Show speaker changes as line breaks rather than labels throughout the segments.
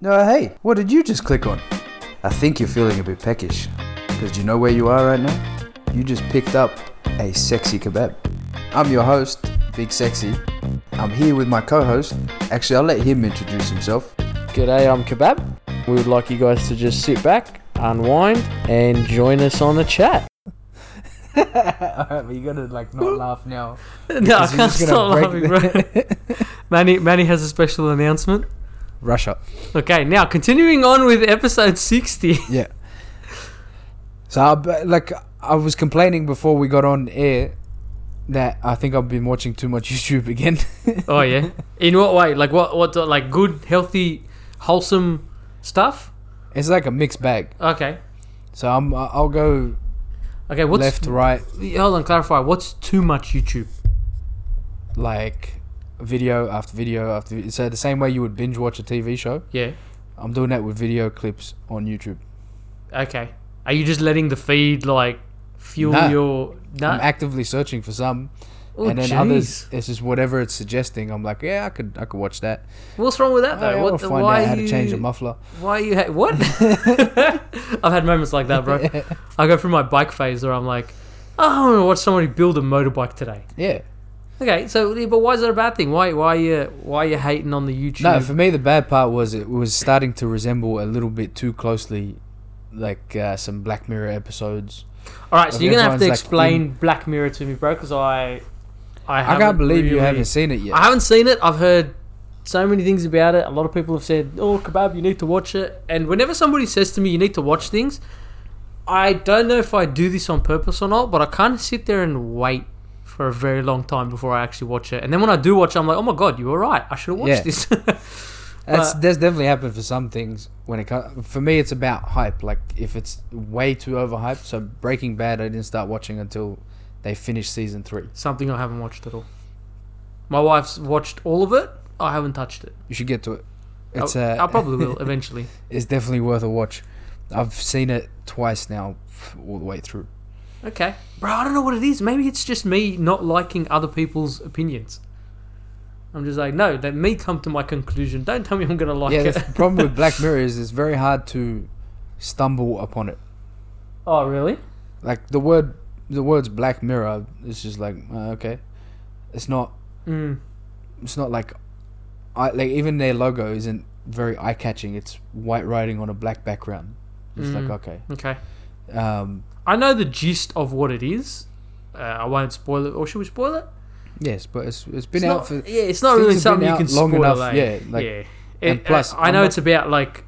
No, hey, what did you just click on? I think you're feeling a bit peckish. Because do you know where you are right now? You just picked up a sexy kebab. I'm your host, Big Sexy. I'm here with my co host. Actually, I'll let him introduce himself.
G'day, I'm Kebab. We would like you guys to just sit back, unwind, and join us on the chat.
Alright, but you gotta like not laugh now.
No, I can't stop laughing, bro. Manny, Manny has a special announcement.
Russia.
Okay, now continuing on with episode 60.
Yeah. So, I, but, like, I was complaining before we got on air that I think I've been watching too much YouTube again.
Oh, yeah. In what way? Like, what, what, like good, healthy, wholesome stuff?
it's like a mixed bag.
Okay.
So I'm, I'll go
Okay, what's.
left, right,
Hold on, clarify. What's too much YouTube?
like video after video after. vi- So the same way you would binge watch a TV show,
Yeah.
I'm doing that with video clips on YouTube.
Okay. Are you just letting the feed, like, fuel
Nah.
your.
I'm
No.
actively searching for some,
Oh,
and then
jeez.
others. It's just whatever it's suggesting. I'm like, yeah, I could, I could watch that. Oh,
What's wrong with that, though?
I
what
will
the,
find
why
out how
you,
to change a muffler.
Why you ha- what? I've had moments like that, bro. I go through my bike phase where I'm like, oh, I want to watch somebody build a motorbike today.
Yeah.
Okay, so yeah, but why is that a bad thing? Why why you why you hating on the YouTube?
No, for me the bad part was it was starting to resemble a little bit too closely, like uh, some Black Mirror episodes.
All right, so you're gonna have to
everyone's like
explain Black Mirror to me, bro, because I I,
I
haven't
can't believe you
really-
haven't seen it yet.
I haven't seen it. I've heard so many things about it. A lot of people have said, "Oh, kebab, you need to watch it." And whenever somebody says to me, "You need to watch things," I don't know if I do this on purpose or not, but I kind of sit there and wait for a very long time before I actually watch it. And then when I do watch, it, I'm like, "Oh my god, you were right. I should have watched
Yeah.
this."
That's
But-
that's definitely happened for some things. When it comes, for me, it's about hype. Like if it's way too overhyped. So Breaking Bad, I didn't start watching until they finished season three.
Something I haven't watched at all. My wife's watched all of it. I haven't touched it.
You should get to it. It's
I,
uh,
I probably will eventually.
it's definitely worth a watch. I've seen it twice now, all the way through.
Okay, bro. I don't know what it is. Maybe it's just me not liking other people's opinions. I'm just like, no, let me come to my conclusion. Don't tell me I'm gonna like
yeah,
it.
the problem with Black Mirror is it's very hard to stumble upon it.
oh, really?
Like the word, the words Black Mirror. It's just like uh, okay, it's not.
Mm.
It's not like, I like even their logo isn't very eye catching. It's white writing on a black background. It's
Mm.
like okay,
Okay.
um,
I know the gist of what it is. Uh, I won't spoil it, or should we spoil it?
yes, but it's it's been
it's
out
not,
for
yeah, it's not
things
really
have
something
been
you
out
can
long
spoil.
enough,
eh?
yeah, like-
yeah.
and
It- uh,
plus,
I
I'm
know
not-
it's about like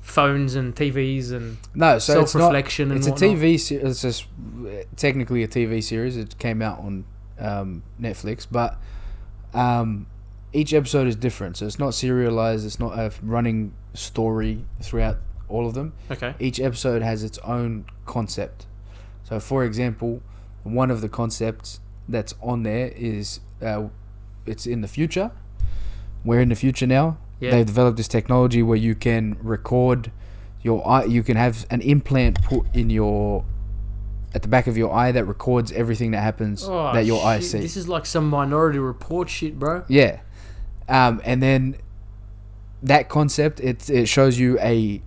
phones and TVs and
no. So it's not.
self-reflection
It's
and
a
whatnot.
TV. Se- it's just uh, technically a TV series. It came out on um, Netflix, but um, each episode is different. So it's not serialized. It's not a running story throughout all of them.
Okay.
each episode has its own concept. So, for example, one of the concepts that's on there is uh, it's in the future. We're in the future now.
Yeah.
They've developed this technology where you can record your eye. You can have an implant put in your at the back of your eye that records everything that happens
Oh,
that your eye
shit,
sees.
This is like some Minority Report shit, bro.
Yeah, um, and then that concept it it shows you a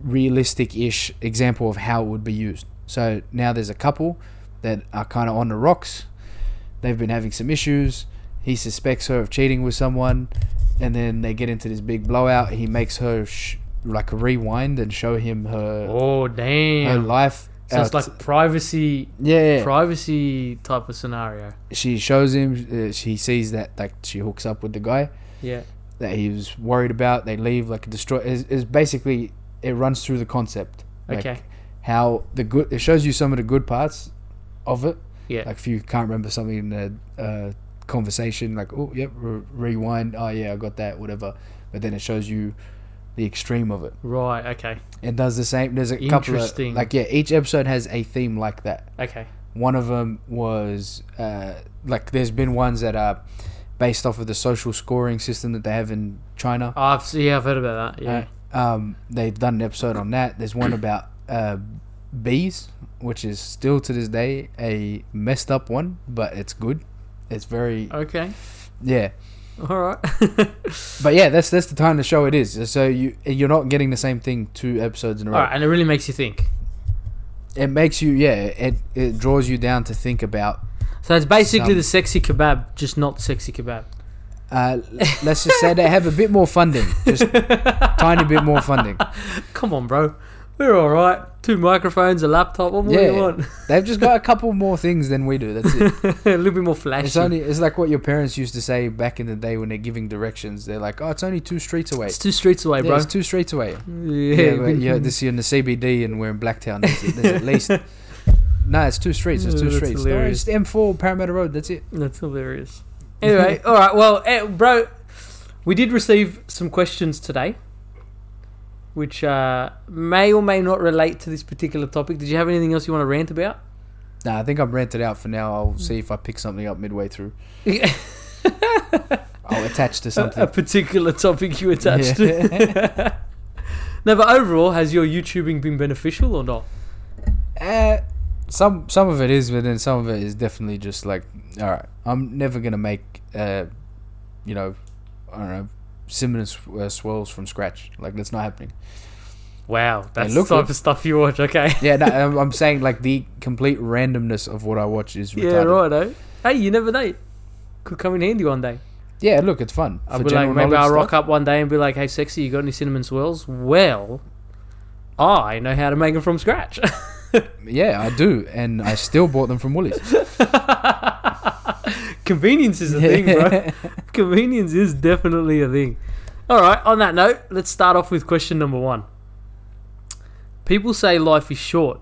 realistic-ish example of how it would be used. So now there's a couple that are kind of on the rocks. They've been having some issues. He suspects her of cheating with someone, and then they get into this big blowout. He makes her sh- like rewind and show him her
Oh
her
damn!
life. Uh,
So it's
out-
like privacy,
yeah,
privacy type of scenario.
she shows him. Uh, she sees that like she hooks up with the guy.
Yeah.
that he was worried about. They leave like a destroy is, is basically it runs through the concept. Like,
Okay.
How the good it shows you some of the good parts of it.
Yeah.
Like if you can't remember something in the uh, conversation, like oh yep, re- rewind. Oh yeah, I got that. Whatever. But then it shows you the extreme of it.
right. Okay.
It does the same. There's a couple of
Interesting.
like yeah. Each episode has a theme like that.
Okay.
One of them was uh, like there's been ones that are based off of the social scoring system that they have in China.
I've s- yeah, I've heard about that. Yeah.
Right. Um, they've done an episode on that. There's one about uh, bees, which is still to this
Oh.
day a messed up one, but it's good. It's very
Okay.
yeah.
All right.
But yeah, that's that's the time the show it is. So you you're not getting the same thing two episodes in a
All
row.
right, and it really makes you think.
It makes you yeah, it it draws you down to think about
So it's basically
Some-
the sexy kebab, just not sexy kebab.
uh, l- let's just say they have a bit more funding, just tiny bit more funding.
Come on, bro. We're all right. Two microphones, a laptop. What more do
Yeah.
you want?
They've just got a couple more things than we do. That's it.
a little bit more flashy.
It's only it's like what your parents used to say back in the day when they're giving directions. They're like, "Oh, it's only two streets away."
It's two streets away,
Yeah,
bro.
it's two streets away.
yeah,
Yeah, but yeah, this year in the CBD and we're in Blacktown. There's, there's at least no, it's two streets. It's two
That's
streets. No,
hilarious.
it's M4 Parramatta Road. That's it.
That's hilarious. Anyway, all right. Well, eh, bro, we did receive some questions today, which uh, may or may not relate to this particular topic. Did you have anything else you want to rant about?
Nah, I think I'm rented out for now. I'll see if I pick something up midway through.
a,
I'll attach to something.
a particular topic you attached
Yeah.
to. no, but overall, has your YouTubing been beneficial or not?
Eh, some some of it is, but then some of it is definitely just like, all right, I'm never gonna make, uh, you know, I don't know, similar sw- uh, swirls from scratch. Like that's not happening.
Wow, that's
look
the type
good.
of stuff you watch. Okay.
Yeah, no, I'm, I'm saying like the complete randomness of what I watch is retarded.
Yeah, right. Oh, hey, you never know. Could come in handy one day.
Yeah, look, it's fun.
I'll
For
be like,
general
maybe
knowledge
I'll rock
stuff.
up one day and be like, "Hey, sexy, you got any cinnamon swirls?" Well, I know how to make them from scratch.
Yeah, I do, and I still bought them from Woolies.
Convenience is a thing, bro. Convenience is definitely a thing. All right. On that note, let's start off with question number one. People say life is short.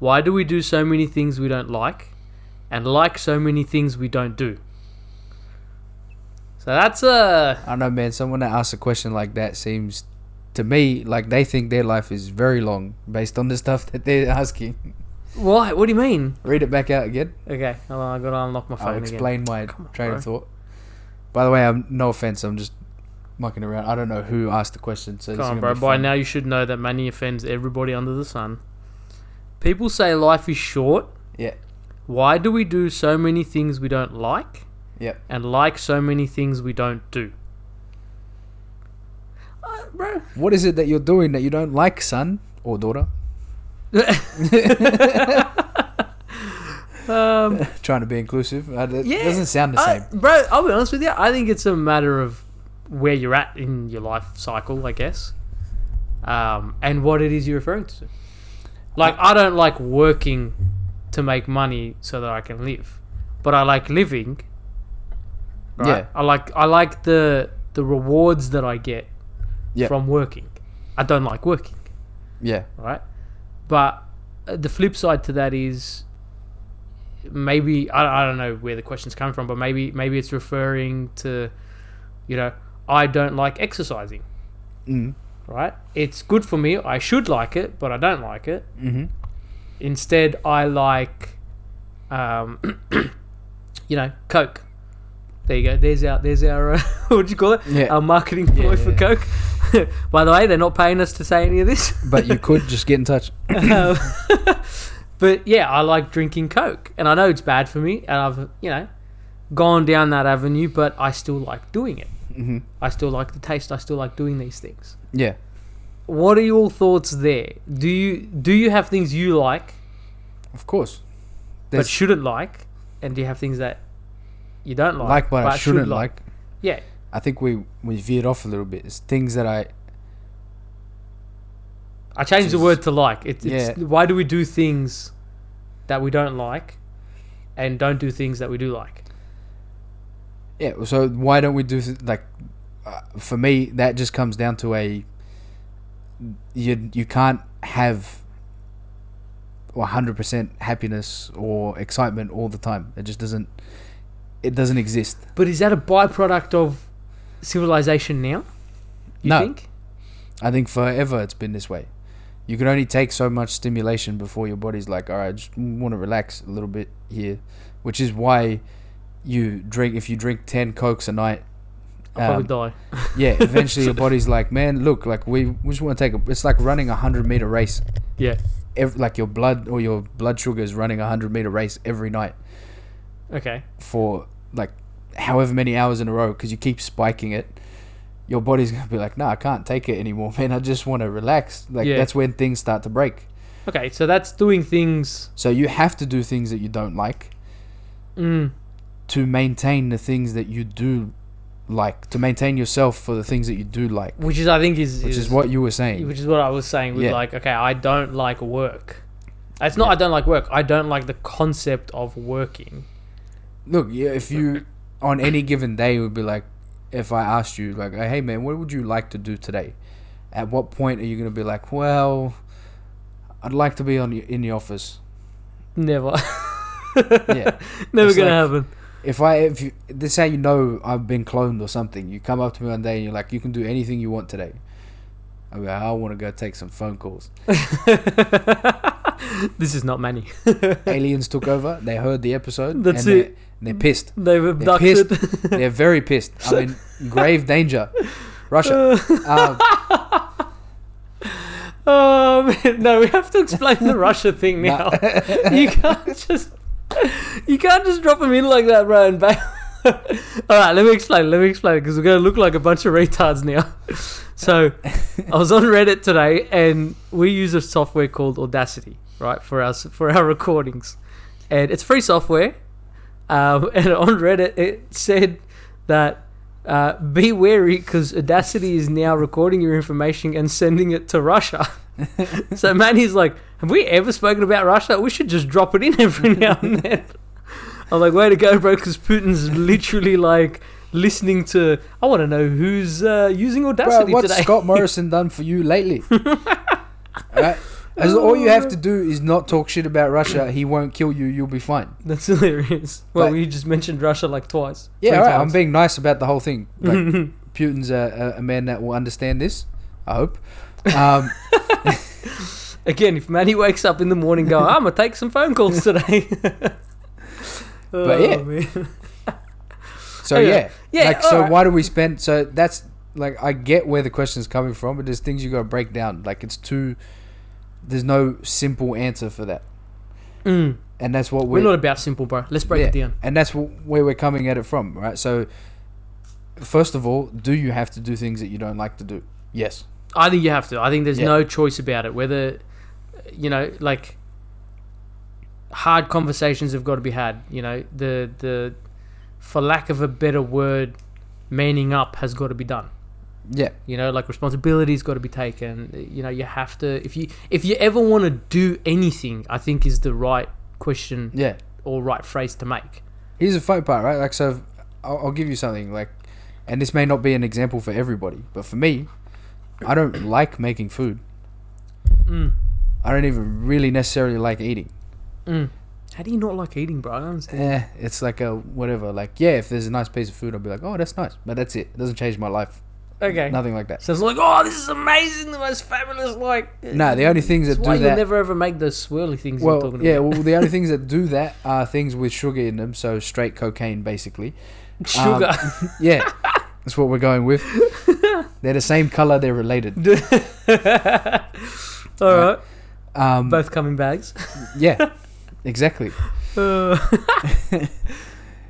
Why do we do so many things we don't like, and like so many things we don't do? So that's a
I don't know, man. Someone that asks a question like that seems, to me, like they think their life is very long based on the stuff that they're asking.
why? What do you mean?
Read it back out again.
Okay, hold on, I gotta unlock my phone
I'll explain my
Come on,
train of
bro.
thought. By the way, I'm no offense. I'm just mucking around. I don't know who asked the question. So
again.
this is
Come on,
gonna
bro.
be
By
fun.
now, you should know that money offends everybody under the sun. People say life is short.
Yeah.
Why do we do so many things we don't like?
Yep.
And like so many things we don't do. Uh, bro.
What is it that you're doing that you don't like, son or daughter?
Um,
Trying to be inclusive. Uh, that
Yeah,
doesn't sound the
I-
same.
bro, I'll be honest with you. I think it's a matter of where you're at in your life cycle, I guess, um, and what it is you're referring to. Like, I don't like working to make money so that I can live, but I like living. Right?
Yeah.
I like I like the the rewards that I get
Yep.
from working. I don't like working
Yeah.
right? But uh, the flip side to that is maybe I, I don't know where the question's come from, but maybe maybe it's referring to you know I don't like exercising,
Mm.
right? It's good for me. I should like it, but I don't like it.
hmm
Instead, I like um, you know Coke. There you go. There's our there's our uh, what do you call it?
Yeah.
Our marketing ploy for
yeah.
Coke. By the way, they're not paying us to say any of this.
But you could just get in touch.
Um, but yeah, I like drinking Coke, and I know it's bad for me, and I've you know gone down that avenue, but I still like doing it.
hmm
I still like the taste. I still like doing these things.
Yeah.
What are your thoughts there? Do you do you have things you like
Of course.
but
There's-
shouldn't like, and do you have things that you don't like,
like what I
should
shouldn't like.
Yeah,
I think we we veered off a little bit. It's things that I
I changed the
Just-
word to like. It, it's
Yeah.
why do we do things that we don't like, and don't do things that we do like?
Yeah. So why don't we do th- like? Uh, for me, that just comes down to a. You you can't have. One hundred percent happiness or excitement all the time. It just doesn't. It doesn't exist.
But is that a byproduct of civilization now? You
No.
think?
I think forever it's been this way. You can only take so much stimulation before your body's like, all right, I just want to relax a little bit here, which is why you drink. If you drink ten cokes a night,
I'll
um,
probably die.
yeah, eventually your body's like, man, look, like we, we just want to take a. It's like running a hundred meter race.
Yeah.
Ev like your blood or your blood sugar is running a hundred meter race every night
Okay.
for like however many hours in a row because you keep spiking it, your body's gonna be like, "No, I can't take it anymore, man. I just want to relax." Like
Yeah.
that's when things start to break.
Okay, so that's doing things.
So you have to do things that you don't like
Mm,
to maintain the things that you do like to maintain yourself for the things that you do like,
which is, I think, is
which is what you were saying.
which is what I was saying with
Yeah.
like, okay, I don't like work. It's not
Yeah.
I don't like work. I don't like the concept of working.
Look, yeah, if you on any given day would be like, if I asked you like, hey man, what would you like to do today? At what point are you gonna be like, well, I'd like to be on the, in the office.
Never,
Yeah.
never
It's
gonna
like-
happen.
if I if you, this is how you know I've been cloned or something. You come up to me one day and you're like, you can do anything you want today. I'm like, I want to go take some phone calls.
this is not Manny.
Aliens took over. They heard the episode.
That's
and
it.
They're, and they're pissed.
They've
They're
abducted.
pissed. they're very pissed. I'm in grave danger. Russia. Um,
Oh man, no, we have to explain the Russia thing now.
Nah.
you can't just you can't just drop him in like that, bro. And back. All right, let me explain. Let me explain because we're gonna look like a bunch of retards now. So, I was on Reddit today, and we use a software called Audacity, right, for our for our recordings, and it's free software. Um, and on Reddit, it said that uh, be wary because Audacity is now recording your information and sending it to Russia. so Manny's like, have we ever spoken about Russia? We should just drop it in every now and then. I'm like, way to go, bro, because Putin's literally like listening to. I want to know who's uh, using
bro,
Audacity
what's
today.
Scott Morrison done for you lately? Right? As all you have to do is not talk shit about Russia. He won't kill you. You'll be fine.
That's hilarious. Well,
But-
we just mentioned Russia like twice.
Yeah,
three
all right. I'm
times.
being nice about the whole thing. Like,
Mm-hmm.
Putin's a, a, a man that will understand this. I hope. Um,
Again, if Manny wakes up in the morning, go, I'm gonna take some phone calls today.
But yeah.
man.
so
Oh, yeah.
yeah,
Yeah,
Oh, Like, so
alright.
why do we spend? So that's like I get where the question's coming from, but there's things you got to break down. Like it's too. There's no simple answer for that,
Mm.
and that's what
We're
we're,
not about simple, bro. Let's break it
Yeah,
down.
and that's wh- where we're coming at it from, right? So, first of all, do you have to do things that you don't like to do? Yes.
I think you have to. I think there's
Yeah.
no choice about it. Whether, you know, like hard conversations have got to be had. You know, the the, for lack of a better word, manning up has got to be done.
Yeah.
you know like responsibility's got to be taken you know you have to if you if you ever want to do anything i think is the right question
Yeah.
or right phrase to make
here's the funny part, right? Like, so I'll, I'll give you something like, and this may not be an example for everybody, but for me, I don't like making food.
mm.
I don't even really necessarily like eating.
Mm. how do you not like eating bro i don't understand
Eh, it's like a whatever. Like, yeah, if there's a nice piece of food, I'll be like, oh, that's nice, but that's it. It doesn't change my life.
okay
Nothing like that.
so it's like oh this is amazing the most fabulous like
No, the only things that
That's why
do
you'll
that.
never ever make those swirly things you're
Well,
talking
yeah,
about
well, the only things that do that are things with sugar in them, so straight cocaine, basically. um,
sugar
Yeah, that's what we're going with. They're the same color, they're related.
all right
Um,
both come in bags
yeah, exactly.
Uh,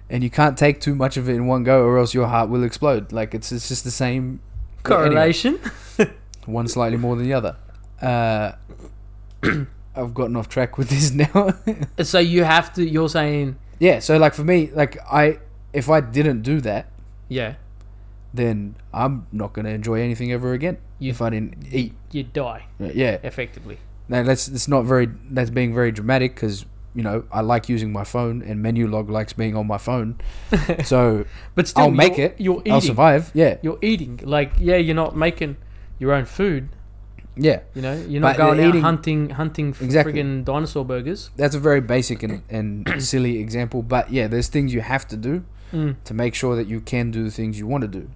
and you can't take too much of it in one go or else your heart will explode like it's it's just the same but anyway,
correlation
one slightly more than the other uh i've gotten off track with this now
so you have to you're saying
yeah so like for me like i if i didn't do that
yeah
then i'm not going to enjoy anything ever again
You-
if i didn't eat
you die
yeah
effectively
now that's it's not very that's being very dramatic because you know i like using my phone and menu log likes being on my phone so
But still,
I'll make
you're-
it.
You're eating.
i'll survive yeah
You're eating. Like, yeah, you're not making your own food.
yeah
You know, you're not
But
going out
eating-
hunting, hunting f-
Exactly.
friggin' dinosaur burgers.
that's a very basic and, and silly example, but yeah, there's things you have to do
Mm.
to make sure that you can do the things you want to do.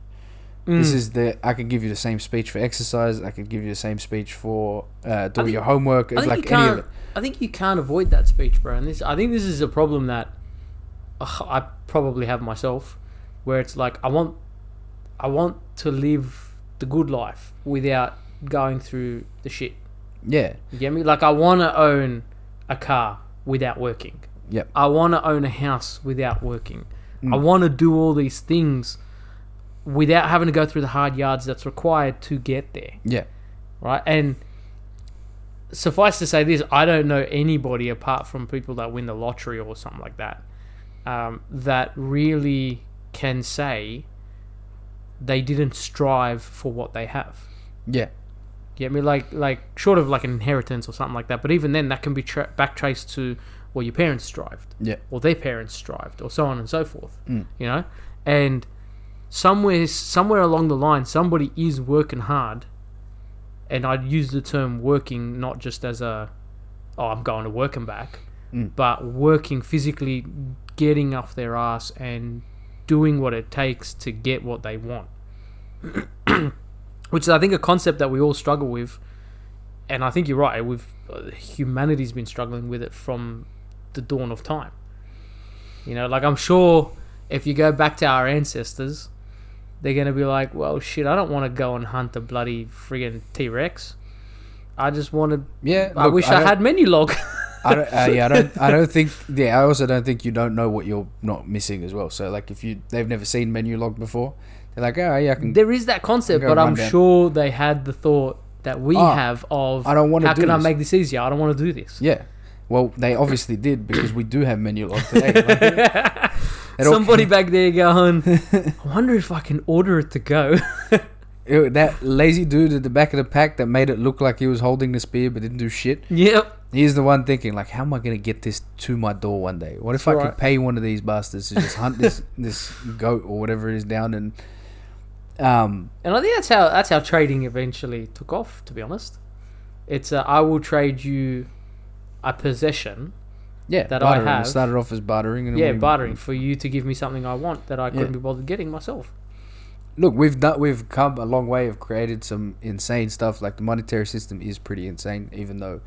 This
Mm.
is the I could give you the same speech for exercise. I could give you the same speech for uh, doing
think-
your homework.
I think you
Like any of
can't.
it.
I think you can't avoid that speech, bro. And this, I think, this is a problem that ugh, I probably have myself, where it's like I want, I want to live the good life without going through the shit.
Yeah,
You get me? Like I want to own a car without working.
Yep.
I want to own a house without working.
Mm.
I want to do all these things without having to go through the hard yards that's required to get there,
Yeah.
right? And suffice to say this, I don't know anybody apart from people that win the lottery or something like that um, that really can say they didn't strive for what they have.
Yeah.
Get me like like short of like an inheritance or something like that, but even then that can be tra- back traced to well your parents strived,
Yeah.
or their parents strived, or so on and so forth.
Mm.
You know, and somewhere somewhere along the line, somebody is working hard, and I'd use the term working not just as a oh I'm going to work and back,
Mm.
but working physically, getting off their ass and doing what it takes to get what they want which is, I think, a concept that we all struggle with. And I think you're right. We've uh, humanity's been struggling with it from the dawn of time. You know, like I'm sure if you go back to our ancestors, they're gonna be like, "Well, shit, I don't want to go and hunt a bloody friggin' T Rex. I just want to.
Yeah.
I
look,
wish I,
don't-
had menu log."
I don't, uh, yeah, I don't. I don't think. Yeah, I also don't think you don't know what you're not missing as well. So like, if you they've never seen menu log before, they're like, oh yeah, I can.
there is that concept,
Go
but
run
I'm
down.
sure they had the thought that we
Ah,
have of,
I don't wanna
How
do
can I
this."
make this easier? I don't want to do this.
Yeah. Well, they obviously did because we do have menu log today. Like, it all-
Somebody back there going, I wonder if I can order it to go.
it- that lazy dude at the back of the pack that made it look like he was holding the spear but didn't do shit.
yep.
He's the one thinking like, how am I gonna get this to my door one day? What if I
Right.
could pay one of these bastards to just hunt this this goat or whatever it is down and um
And I think that's how that's how trading eventually took off. To be honest, it's uh, I will trade you a possession.
yeah
That I
bartering. It
have.
started off as bartering and
Yeah,
we-
bartering for you to give me something I want that I couldn't
Yeah.
be bothered getting myself.
look we've done we've come a long way have created some insane stuff like the monetary system is pretty insane even though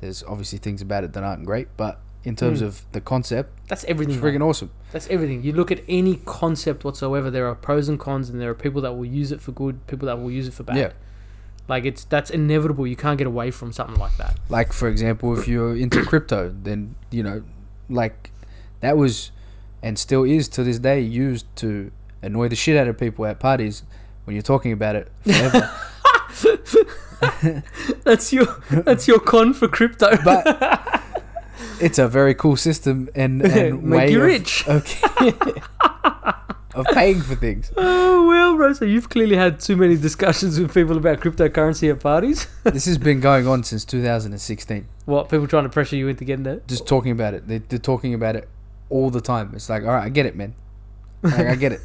there's obviously things about it that aren't great but in terms
Mm.
of the concept
That's
it's
everything.
freaking awesome
That's everything. You look at any concept whatsoever, there are pros and cons, and there are people that will use it for good, people that will use it for bad.
yeah
Like it's that's inevitable. You can't get away from something like that.
like for example if you're into crypto then you know like that was and still is to this day used to annoy the shit out of people at parties when you're talking about it forever
That's your that's your con for crypto.
but it's a very cool system and, and
Make
way
you
of,
rich.
okay, of paying for things
Oh well, bro. So you've clearly had too many discussions with people about cryptocurrency at parties.
this has been going on since 2016
what people trying to pressure you into getting it?
just talking about it they, they're talking about it all the time it's like all right i get it man like, i get it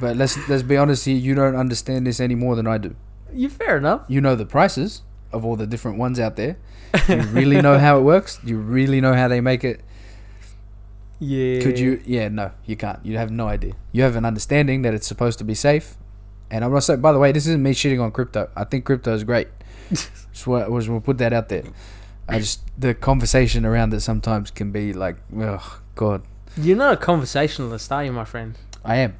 but let's let's be honest here you don't understand this any more than i do
You fair enough.
you know the prices of all the different ones out there. You really know how it works. You really know how they make it.
Yeah.
Could you? Yeah, no, you can't. You have no idea. You have an understanding that it's supposed to be safe. And I'm not saying, by the way, this isn't me shitting on crypto. I think crypto is great. Just wa- was we'll put that out there. I just the conversation around it sometimes can be like, oh god,
You're not a conversationalist, are you, my friend?
I am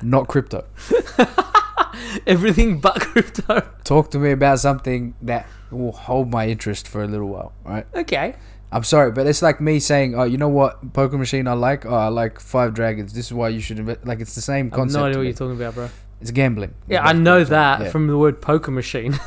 not crypto.
Everything but crypto.
Talk to me about something that will hold my interest for a little while, right?
Okay.
I'm sorry, but it's like me saying, "Oh, you know what poker machine I like? Oh, I like Five Dragons. This is why you should invest." Like it's the same
I have
concept.
no idea
to
what
me.
you're talking about, bro.
it's gambling.
Yeah, I know
Basically,
that
yeah.
from the word poker machine.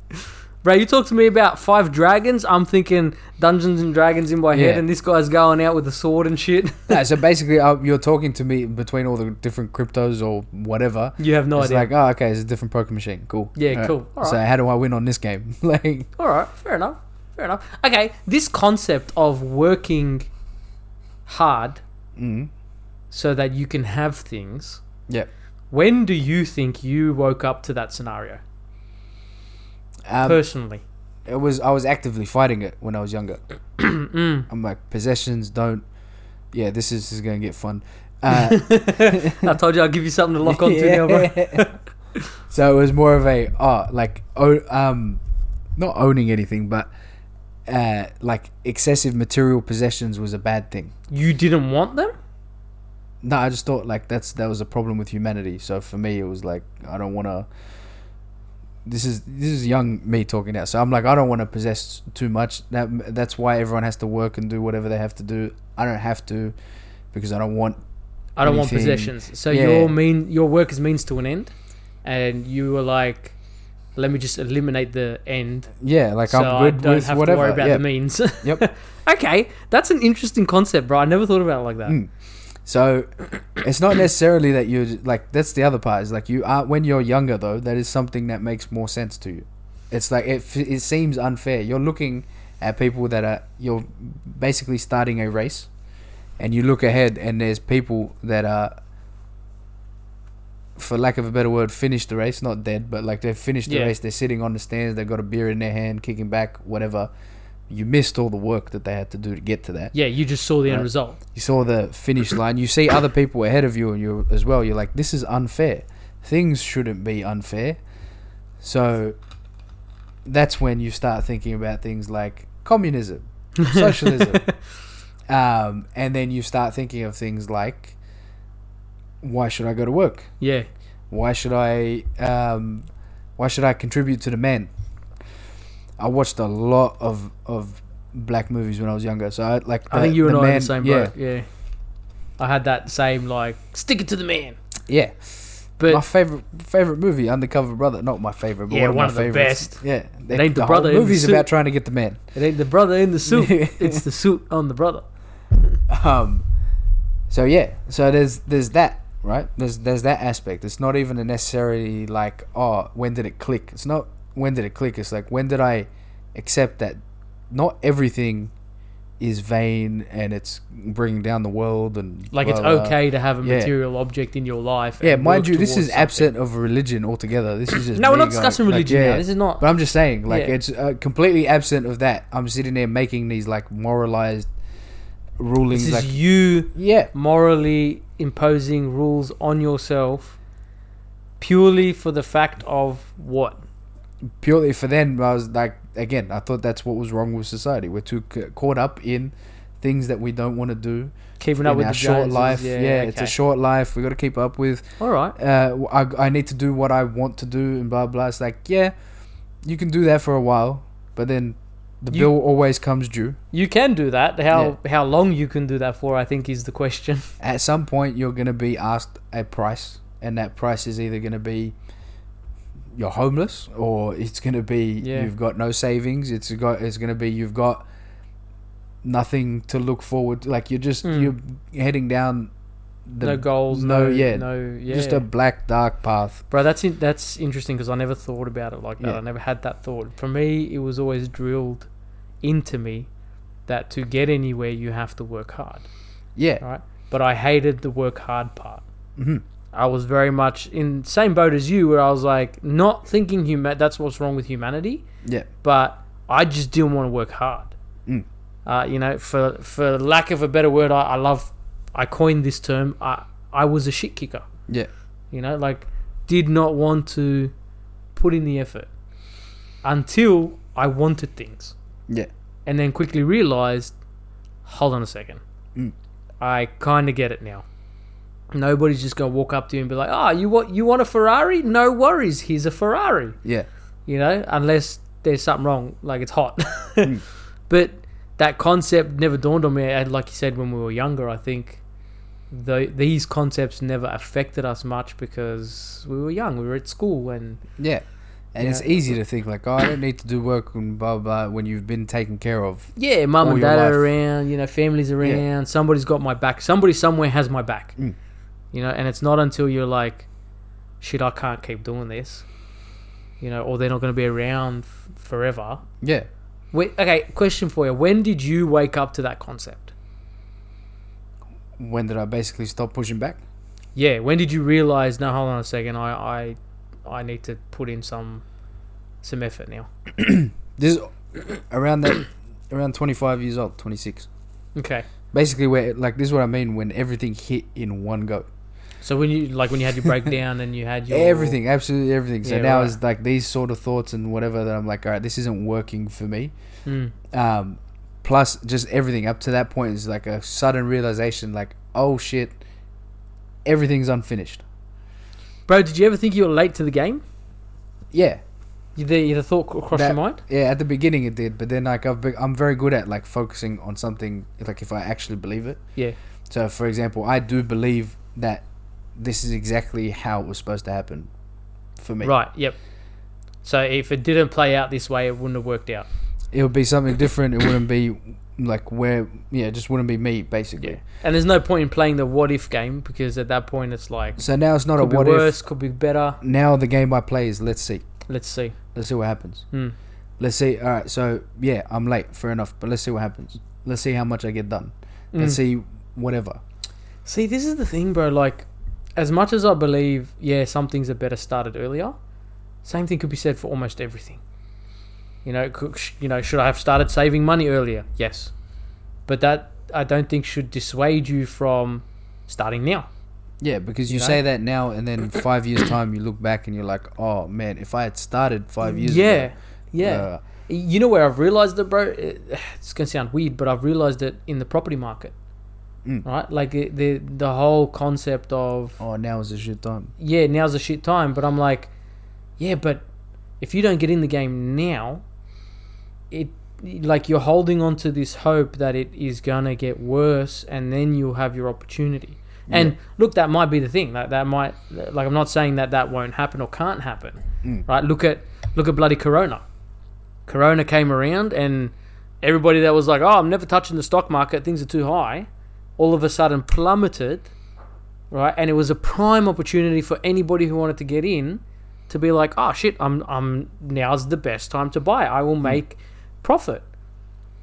bro, you talk to me about five dragons. I'm thinking Dungeons and Dragons in my head,
Yeah.
and this guy's going out with a sword and shit.
No, so basically, uh, you're talking to me between all the different cryptos or whatever.
You have no
it's
idea.
like, oh, okay, it's a different poker machine. Cool.
Yeah,
Alright.
cool. Alright.
So how do I win on this game? like,
All right, fair enough. Fair enough. Okay, this concept of working hard
mm,
so that you can have things.
yeah.
When do you think you woke up to that scenario
Um,
personally?
it was I was actively fighting it when I was younger.
Mm.
I'm like possessions don't. Yeah, this is, this is gonna get fun. Uh,
I told you I'll give you something to lock onto now, bro.
so it was more of a oh like oh um not owning anything but uh like excessive material possessions was a bad thing
You didn't want them?
no i just thought like that's that was a problem with humanity so for me it was like i don't want to this is this is young me talking now so i'm like i don't want to possess too much that that's why everyone has to work and do whatever they have to do i don't have to because I don't want
I don't want
anything-
possessions. So
Yeah.
your mean your work is means to an end, and you were like, let me just eliminate the end,
yeah, like
so
I'm
I
good
don't
with
have
whatever.
to worry about
yeah.
the means.
Yep.
okay, that's an interesting concept, bro. I never thought about it like that.
Mm. So it's not necessarily that you're like that's the other part is like you are when you're younger though that is something that makes more sense to you. It's like it f- it seems unfair. You're looking at people that are you're basically starting a race, and you look ahead and there's people that are, for lack of a better word, finished the race. Not dead, but like they've finished the
Yeah.
race. They're sitting on the stands. They've got a beer in their hand, kicking back, whatever. You missed all the work that they had to do to get to that
Yeah, you just saw the end
Right.
result.
you saw the finish line you see other people ahead of you and you as well you're like this is unfair things shouldn't be unfair so that's when you start thinking about things like communism socialism um, and then you start thinking of things like why should i go to work
Yeah,
why should i um, why should i contribute to the men i watched a lot of of black movies when i was younger so i like
I think you and I are
uh, man-
the same,
yeah
bro. Yeah, I had that same like stick it to the man,
yeah my
but
favorite favorite movie, Undercover Brother. Not my favorite, but
Yeah,
one of
one
my
of the
favorites.
best.
Yeah, they,
ain't the
whole
brother in the
movie's
suit.
about trying to get the man.
it ain't the brother in the suit; it's the suit on the brother.
Um, so yeah, so there's there's that right. There's there's that aspect. It's not even a necessarily like oh when did it click. It's not when did it click. It's like when did I accept that not everything is vain and it's bringing down the world and
Like it's
blah, blah.
okay to have a
uh, Yeah.
material object in your life.
Yeah,
and
mind
work
you, this
towards
is
something.
absent of religion altogether. This is just
No, we're
me
not
going,
discussing
like,
religion now.
yeah.
This is not.
But I'm just saying, like,
Yeah.
it's uh, completely absent of that. I'm sitting there making these like moralized
This
rulings,
is
like,
you
yeah,
morally imposing rules on yourself purely for the fact of what?
purely for them. I was like, again, I thought that's what was wrong with society. We're too c- caught up in things that we don't want to do
Keeping
in
up with
our
the
short
Joneses,
life. Yeah, it's a
okay.
short life. We got to keep up with.
All right.
uh, I, I need to do what I want to do and blah blah. It's like yeah, you can do that for a while, but then the
You-
bill always comes due.
You can do that. How how long you can do that for? I think is the question.
At some point, you're gonna be asked a price, and that price is either gonna be you're homeless, or it's gonna be
Yeah.
you've got no savings. It's got it's gonna be you've got nothing to look forward. To. Like you're just
Mm.
you're heading down the
no goals.
no,
No,
yeah,
yeah. No yeah.
just a black dark path.
Bro, that's in, that's interesting because I never thought about it like that.
Yeah.
I never had that thought. For me, it was always drilled into me that to get anywhere you have to work hard.
Yeah,
Right, but I hated the work hard part.
Mhm.
I was very much in same boat as you, where I was like not thinking huma- that's what's wrong with humanity,
yeah,
but I just didn't want to work hard.
Mm.
Uh, you know, for for lack of a better word, I, I love I coined this term. I I was a shit kicker.
yeah.
You know, like did not want to put in the effort until I wanted things.
Yeah.
And then quickly realized, hold on a second.
Mm.
I kind of get it now. Nobody's just going to walk up to you and be like, "Ah, you want you want a Ferrari? No worries, here's a Ferrari."
Yeah.
you know, unless there's something wrong, like it's hot.
Hmm.
But that concept never dawned on me. And like you said, when we were younger, I think tho- these concepts never affected us much because we were young, we were at school, and
Yeah. And it's
Yeah.
easy to think like, oh, I don't need to do work and blah blah when you've been taken care of.
yeah, mum
All
and
your
dad
life.
are around, you know, families around. Somebody's got my back. Somebody somewhere has my back,
Mm.
you know. And it's not until you're like, shit, I can't keep doing this, you know, or they're not going to be around f- forever.
Yeah.
Wait, okay, question for you. When did you wake up to that concept?
When did I basically stop pushing back?
Yeah, when did you realize? No, hold on a second. I, I, I need to put in some, some effort now.
This is around that around twenty five years old, twenty six.
Okay.
Basically where like this is what I mean when everything hit in one go.
So when you like when you had your breakdown and you had your
Everything, absolutely everything. So
Yeah,
now
right.
it's like these sort of thoughts and whatever that I'm like, all right, this isn't working for me.
Mm,
um, plus just everything up to that point is like a sudden realization like oh shit everything's unfinished
bro, did you ever think you were late to the game?
yeah
You, the, the thought cro- crossed
That-
your mind.
yeah at the beginning it did but then like I've be- I'm very good at like focusing on something like if I actually believe it
Yeah.
So, for example, I do believe that this is exactly how it was supposed to happen for me.
Right. Yep. So if it didn't play out this way, it wouldn't have worked out.
It would be something different. It wouldn't be like where, yeah, it just wouldn't be me, basically.
Yeah. And there's no point in playing the what if game because at that point it's like
So now it's not
could
a
be
what
worse, could be better.
if. Now the game I play is let's see.
Let's see.
Let's see what happens.
Hmm.
Let's see. All right. So, yeah, I'm late. Fair enough. But let's see what happens. Let's see how much I get done.
Mm. Hmm.
Let's see whatever.
See, this is the thing, bro. Like, as much as I believe, yeah, some things are better started earlier. Same thing could be said for almost everything. You know, could, sh- you know, should I have started saving money earlier? Yes, but that I don't think should dissuade you from starting now.
Yeah, because you
You know?
say that now, and then five years' time, you look back and you're like, oh, man, if I had started five years
yeah,
ago.
yeah.
uh,
You know where I've realized it, bro? It- It's gonna sound weird, but I've realized it in the property market.
Mm.
Right, like the, the the whole concept of
oh, now is a shit time.
yeah, now's a shit time. But I'm like, yeah, but if you don't get in the game now, it like you're holding on to this hope that it is gonna get worse, and then you'll have your opportunity. And look, that might be the thing. Like that might like I'm not saying that that won't happen or can't happen.
Mm.
Right? Look at look at bloody Corona. Corona came around, and everybody that was like, "Oh, I'm never touching the stock market. Things are too high," all of a sudden plummeted right? And it was a prime opportunity for anybody who wanted to get in to be like, oh shit, I'm I'm now's the best time to buy. I
Hmm.
will make profit.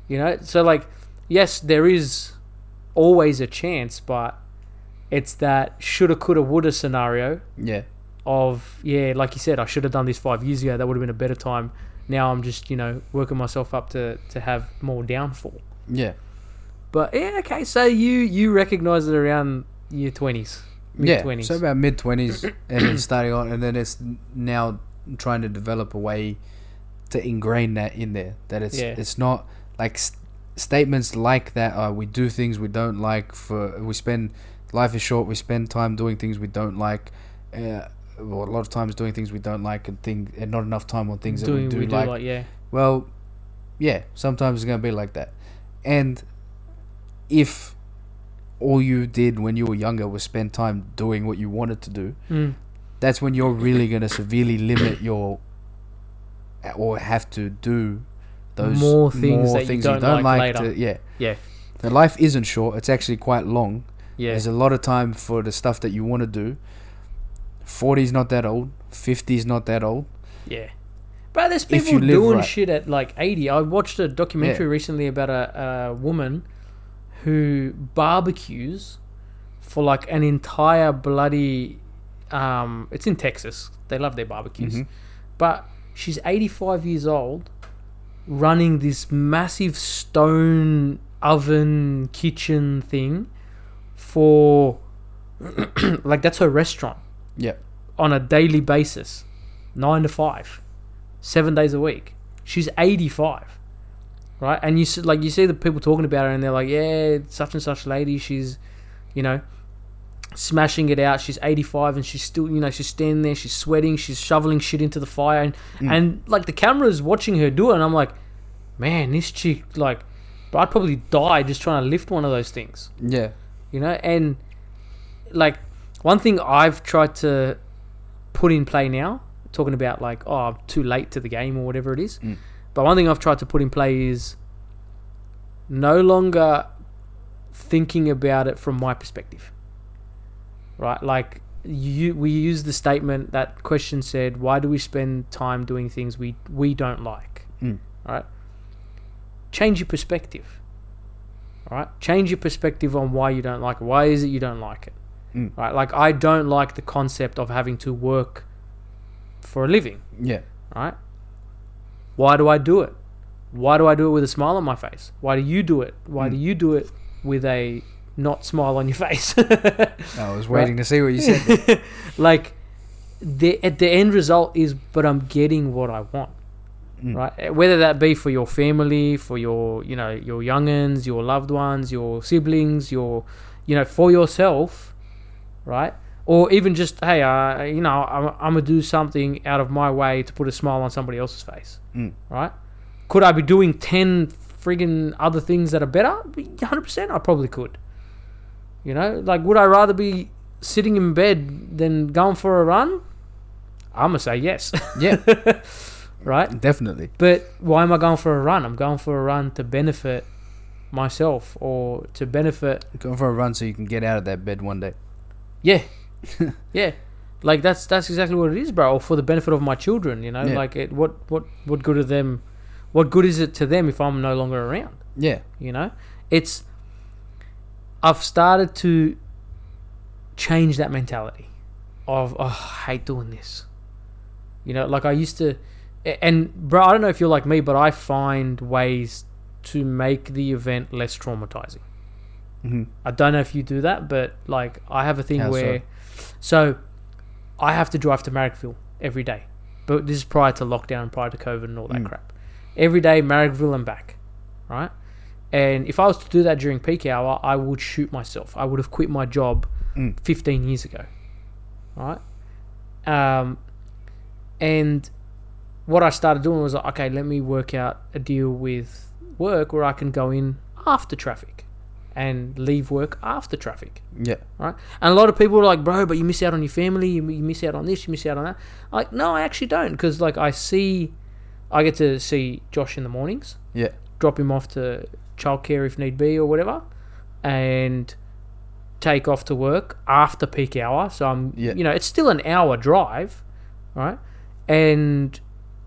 You know, so like, yes, there is always a chance, but it's that shoulda, coulda, woulda scenario
Yeah.
of yeah, like you said, I should have done this five years ago. That would have been a better time. Now I'm just you know working myself up to to have more downfall.
Yeah.
But yeah, okay. So you you recognize it around your twenties, mid twenties.
Yeah, so about mid twenties, and then starting on, and then it's now trying to develop a way to ingrain that in there. That it's
Yeah.
it's not like st- statements like that. Uh, we do things we don't like for. We spend life is short. We spend time doing things we don't like. Uh, well, a lot of times doing things we don't like and thing and not enough time on things
doing
that
we do
like.
like yeah.
Well, yeah, sometimes it's going to be like that. And if all you did when you were younger was spend time doing what you wanted to do,
Mm.
that's when you're really going to severely limit your or have to do those
More things that you don't like later.
to, yeah.
Yeah.
The life isn't short, it's actually quite long.
Yeah.
There's a lot of time for the stuff that you want to do. 40's not that old, 50's not that old.
yeah. Bro, there's
If
people
you live
doing
right.
shit at like 80. I watched a documentary recently about a, a woman who barbecues for like an entire bloody. Um, it's in Texas. They love their barbecues.
Mhm.
But she's 85 years old running this massive stone oven kitchen thing for. like, that's her restaurant.
Yeah.
on a daily basis, nine to five, seven days a week. She's 85, right? And you see, like you see the people talking about her, and they're like, "Yeah, such and such lady. She's, you know, smashing it out. She's 85, and she's still, you know, she's standing there. She's sweating. She's shoveling shit into the fire, and and like the camera's watching her do it, and I'm like, man, this chick, like, bro, I'd probably die just trying to lift one of those things
Yeah.
you know and like one thing i've tried to put in play now talking about like oh i'm too late to the game or whatever it is
Mm.
but one thing i've tried to put in play is no longer thinking about it from my perspective right like you we use the statement that question said why do we spend time doing things we we don't like
Mm.
right change your perspective all right change your perspective on why you don't like it why is it you don't like it
Mm.
right like i don't like the concept of having to work for a living
Yeah.
right why do i do it why do i do it with a smile on my face why do you do it why do you do it with a not smile on your face
I was waiting to see what you said.
like the at the end result is but i'm getting what i want
Mm.
right Eh, whether that be for your family for your you know your youngins your loved ones your siblings your you know for yourself right or even just hey uh, you know I'm, I'm gonna do something out of my way to put a smile on somebody else's face
Mm.
right could i be doing 10 friggin other things that are better 100% i probably could You know, like would I rather be sitting in bed than going for a run? I'm gonna say yes,
Yeah,
right?
definitely.
But why am I going for a run? I'm going for a run to benefit myself or to benefit
Go for a run so you can get out of that bed one day.
Yeah, yeah. Like that's that's exactly what it is, bro. Or for the benefit of my children, you know.
Yeah.
Like, it, what what what good of them? What good is it to them if I'm no longer around?
Yeah,
You know, it's. I've started to change that mentality of oh, I hate doing this. You know, like I used to, a- and bro, I don't know if you're like me, but I find ways to make the event less traumatizing.
Mhm.
I don't know if you do that, but like I have a thing
How so?
where, so I have to drive to Marrickville every day, but this is prior to lockdown, prior to COVID, and all that
Mm.
crap. Every day, Marrickville and back, right? And if I was to do that during peak hour, I would shoot myself. I would have quit my job
Mm.
15 years ago, right? Um, and what I started doing was like, okay, let me work out a deal with work where I can go in after traffic and leave work after traffic,
yeah,
right? And a lot of people are like, bro, but you miss out on your family, you, you miss out on this, you miss out on that. Like, no, I actually don't, because like I see, I get to see Josh in the mornings,
yeah,
drop him off to childcare if need be or whatever, and take off to work after peak hour. So I'm,
Yeah.
you know, it's still an hour drive, right? And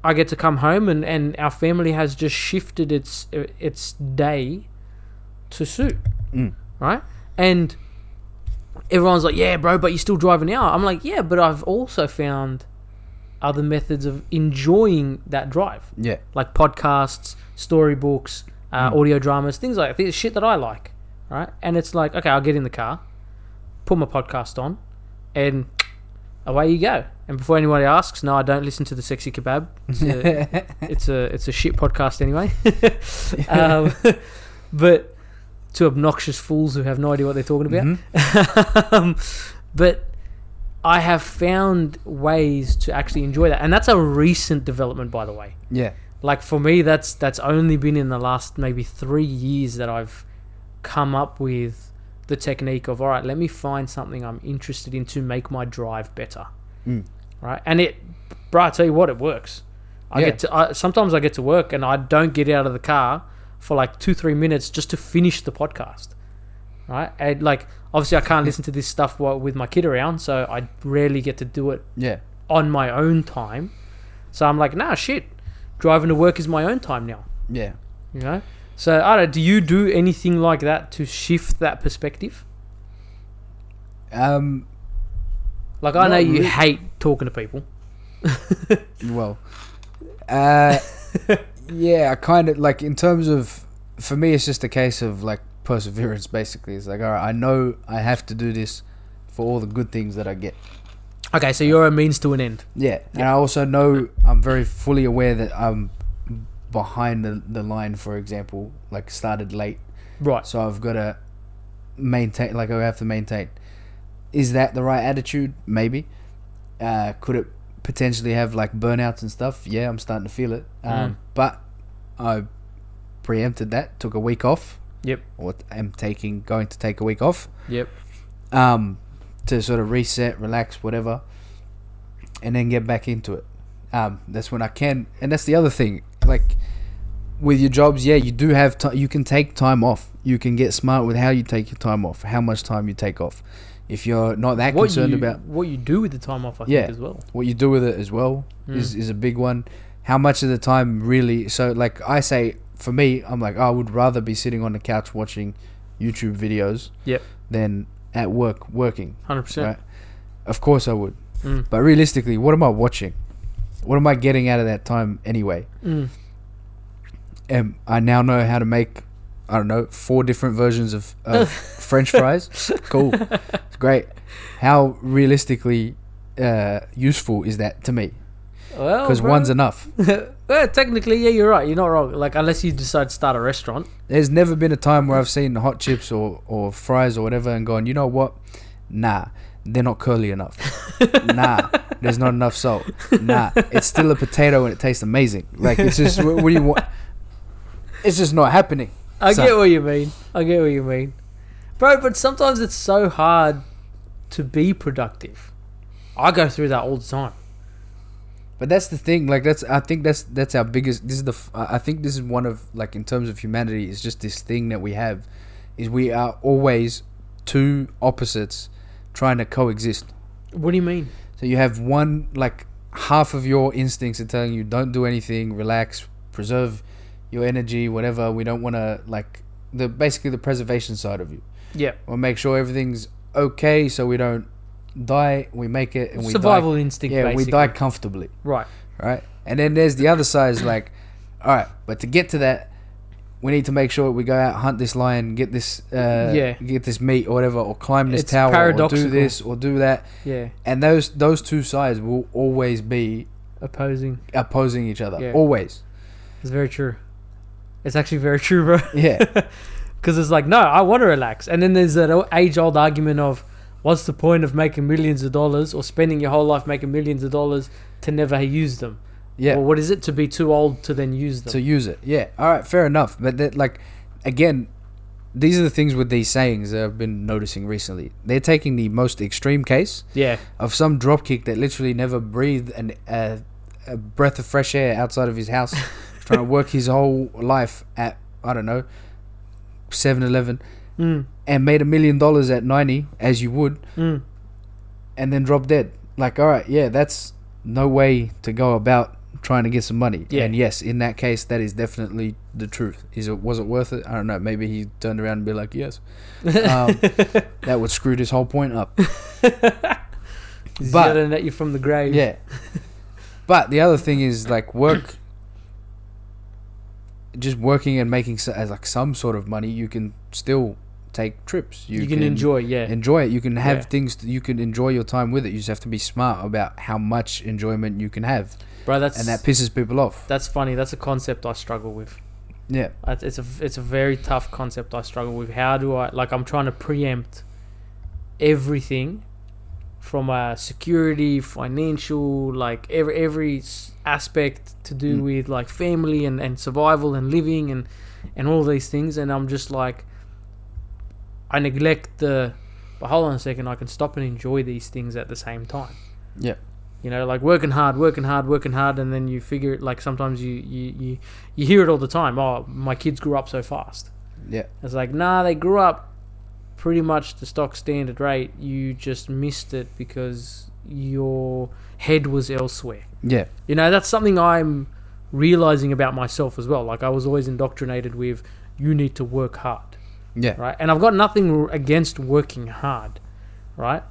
I get to come home, and, and our family has just shifted its its day to suit,
Mm.
right? And everyone's like, "Yeah, bro, but you still drive an hour." I'm like, "Yeah, but I've also found other methods of enjoying that drive."
yeah,
like podcasts, storybooks, uh, audio dramas, things like that. Shit that I like, right? And it's like, okay, I'll get in the car, put my podcast on, and away you go. And before anybody asks, no, I don't listen to the sexy kebab. It's a, it's a it's a shit podcast anyway. um, but to obnoxious fools who have no idea what they're talking about.
Mhm.
um, but I have found ways to actually enjoy that, and that's a recent development, by the way
yeah,
like for me that's that's only been in the last maybe three years that i've come up with the technique of all right let me find something i'm interested in to make my drive better
Mm.
right and it bro i tell you what it works i
Yeah.
get to I, sometimes i get to work and i don't get out of the car for like two three minutes just to finish the podcast right and like obviously i can't listen to this stuff while, with my kid around so i rarely get to do it
yeah,
on my own time. So I'm like, nah, shit. Driving to work is my own time now.
yeah.
You know. So I don't. Do you do anything like that to shift that perspective?
Um,
Like I
Not
know you
really.
hate talking to people.
Well, uh, yeah, I kind of like in terms of for me, it's just a case of like perseverance. Basically, it's like all right, I know I have to do this for all the good things that I get.
Okay, so you're a means to an end.
Yeah, and I also know I'm very fully aware that I'm behind the, the line. For example, like started late,
Right.
so I've got to maintain. Like I have to maintain. Is that the right attitude? Maybe. Uh, could it potentially have like burnouts and stuff? Yeah, I'm starting to feel it. Um,
Mm.
But I preempted that. Took a week off.
Yep.
Or am taking going to take a week off
Yep.
um, to sort of reset, relax, whatever, and then get back into it. Um, that's when I can, and that's the other thing. Like with your jobs, yeah, you do have time. You can take time off. You can get smart with how you take your time off, how much time you take off. If you're not that
What
concerned
you
about
what you do with the time off, I
Yeah.
think as well.
what you do with it as well
Hmm.
is, is a big one. How much of the time really? So like I say, for me, I'm like I would rather be sitting on the couch watching YouTube videos
Yep.
than at work working.
Hundred
Right.
percent.
Of course I would.
Mm.
But realistically, what am I watching? What am I getting out of that time anyway?
Mm.
And I now know how to make, I don't know, four different versions of, of French fries. Cool. It's great. How realistically uh, useful is that to me?
Well,
Because
Oh, bro.
one's enough.
well, technically, yeah, you're right. You're not wrong. Like unless you decide to start a restaurant.
There's never been a time where I've seen hot chips or, or fries or whatever and gone, you know what? Nah, they're not curly enough. nah, there's not enough salt. Nah, it's still a potato and it tastes amazing. Like, it's just, what, what do you want? It's just not happening.
I
So-
get what you mean. I get what you mean. Bro, but sometimes it's so hard to be productive. I go through that all the time.
But that's the thing. Like that's I think that's that's our biggest. This is the f- I I think this is one of like in terms of humanity is just this thing that we have, is we are always two opposites trying to coexist.
What do you mean?
So you have one like half of your instincts are telling you don't do anything, relax, preserve your energy, whatever. We don't want to like the basically the preservation side of you.
Yeah.
We'll make sure everything's okay so we don't die. We make it and we
Survival
die.
instinct,
Yeah,
basically.
we die comfortably
Right.
right? And then there's the other side is like, all right, but to get to that, we need to make sure we go out hunt this lion, get this, uh,
Yeah.
get this meat or whatever, or climb this
It's
tower, or
paradoxical.
do this or do that.
Yeah.
And those those two sides will always be
Opposing.
opposing each other,
Yeah.
always.
It's very true. It's actually very true, bro.
Yeah,
Because it's like, no, I want to relax. And then there's that age old argument of what's the point of making millions of dollars or spending your whole life making millions of dollars to never use them?
yeah.
Or what is it to be too old to then use them?
to use it. Yeah. All right. Fair enough. But that, like, again, these are the things with these sayings that I've been noticing recently. They're taking the most extreme case,
yeah.
of some dropkick that literally never breathed an, uh, a breath of fresh air outside of his house, trying to work his whole life at, I don't know, 7 Eleven,
Mm,
and made a million dollars at 90, as you would,
mm.
and then dropped dead. Like, all right, yeah, that's no way to go about trying to get some money.
Yeah.
And yes, in that case, that is definitely the truth. Is it was it worth it? I don't know. Maybe he turned around and be like, yes. Um, that would screw this whole point up.
He's
But-
yelling at you from the grave.
Yeah. but the other thing is like work. just working and making so, as like some sort of money, you can still take trips.
You, can, enjoy, yeah.
enjoy it. You can have
Yeah.
things. You can enjoy your time with it. You just have to be smart about how much enjoyment you can have,
bro, that's
and that pisses people off.
that's funny. That's a concept I struggle with.
Yeah,
That's- It's a it's a very tough concept I struggle with. How do I like I'm trying to preempt everything from a security, financial, like every every s- aspect to do
Mm.
with like family and, and survival and living and and all these things and I'm just like I neglect the but hold on a second, I can stop and enjoy these things at the same time.
Yeah.
You know, like working hard, working hard, working hard, and then you figure like sometimes you you you, you hear it all the time. Oh, my kids grew up so fast.
yeah,
It's like nah, they grew up pretty much the stock standard rate. You just missed it because your head was elsewhere.
yeah,
You know, that's something I'm realizing about myself as well. Like I was always indoctrinated with you need to work hard
yeah,
right? And I've got nothing against working hard, right?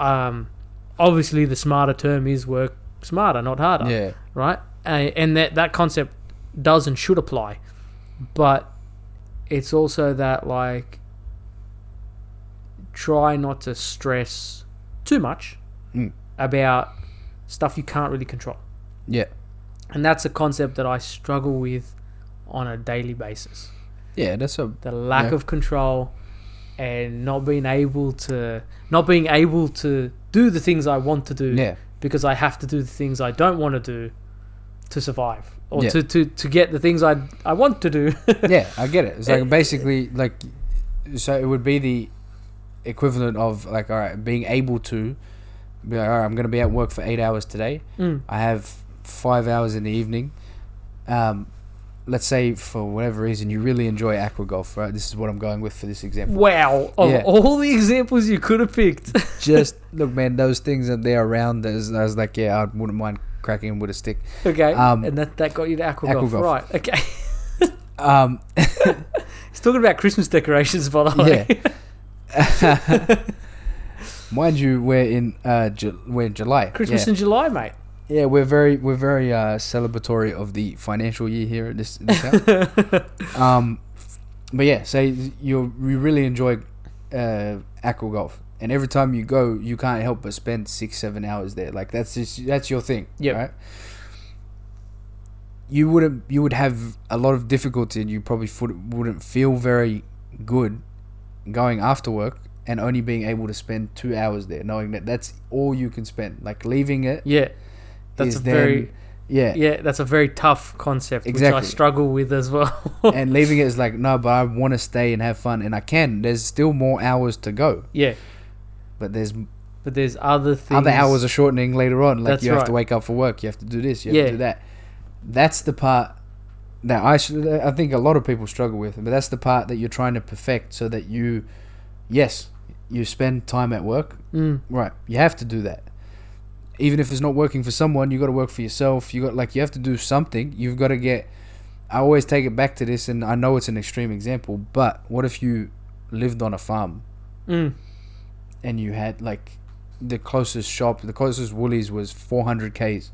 Um, obviously, the smarter term is work smarter, not harder,
yeah,
right? A- And that that concept does and should apply, but it's also that like try not to stress too much
Mm.
about stuff you can't really control,
yeah,
and that's a concept that I struggle with on a daily basis
yeah. That's a
the lack
Yeah.
of control and not being able to not being able to do the things I want to do
yeah,
because I have to do the things I don't want to do to survive or
Yeah.
to, to, to get the things I I want to do.
yeah. I get it. It's like basically like, so it would be the equivalent of like all right, being able to be like all right, I'm going to be at work for eight hours today.
Mm.
I have five hours in the evening. Um, let's say for whatever reason you really enjoy aqua golf, right? This is what I'm going with for this example.
Wow, of
Yeah.
all the examples you could have picked.
Just look, man, those things that they're around. there's- I was like, yeah, I wouldn't mind cracking them with a stick.
okay.
Um,
and that, that got you to aqua
Aqua
golf.
golf.
Right. Okay.
Um,
He's talking about Christmas decorations by the way.
mind you, we're in uh, Ju- we're in July.
Christmas
yeah.
in July, mate.
Yeah, we're very we're very uh, celebratory of the financial year here at this, this house. um, but yeah, say you you really enjoy uh, aqua golf, and every time you go, you can't help but spend six seven hours there. Like that's just, that's your thing.
Yep.
Right. You wouldn't you would have a lot of difficulty, and you probably foot- wouldn't feel very good going after work and only being able to spend two hours there, knowing that that's all you can spend. Like leaving it
Yeah. That's
is
a very
then yeah.
Yeah, that's a very tough concept,
Exactly.
which I struggle with as well.
And leaving it is like, no, but I want to stay and have fun, and I can. There's still more hours to go,
yeah,
but there's
but there's other things.
other hours are shortening later on. Like
That's
you have to
right.
wake up for work, you have to do this, you have to
Yeah.
do that. That's the part that I s- I think a lot of people struggle with, but that's the part that you're trying to perfect so that you, yes, you spend time at work.
Mm,
Right, you have to do that. Even if it's not working for someone, you got to work for yourself. You got like you have to do something. You've got to get. I always take it back to this, and I know it's an extreme example, but what if you lived on a farm
mm,
and you had like the closest shop, the closest Woolies was 400 Ks.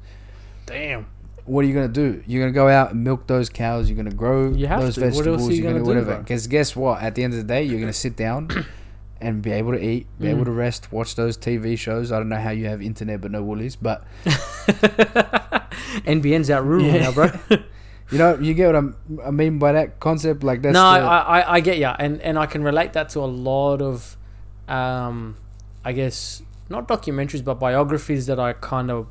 damn.
What are you going to do? You're going to go out and milk those cows. You're going to grow
You have
those
to. What else are
vegetables.
you
you're going to do
gonna do,
whatever.
bro?
Because guess what? At the end of the day, you're going to sit down and be able to eat, be
Mm.
able to rest, watch those TV shows. I don't know how you have internet but no Woolies, but
NBN's out rural
Yeah.
now, bro.
you know, you get what I'm, I mean by that concept. Like that's
no,
the,
I, I, I get ya, and and I can relate that to a lot of, um, I guess not documentaries but biographies that I kind of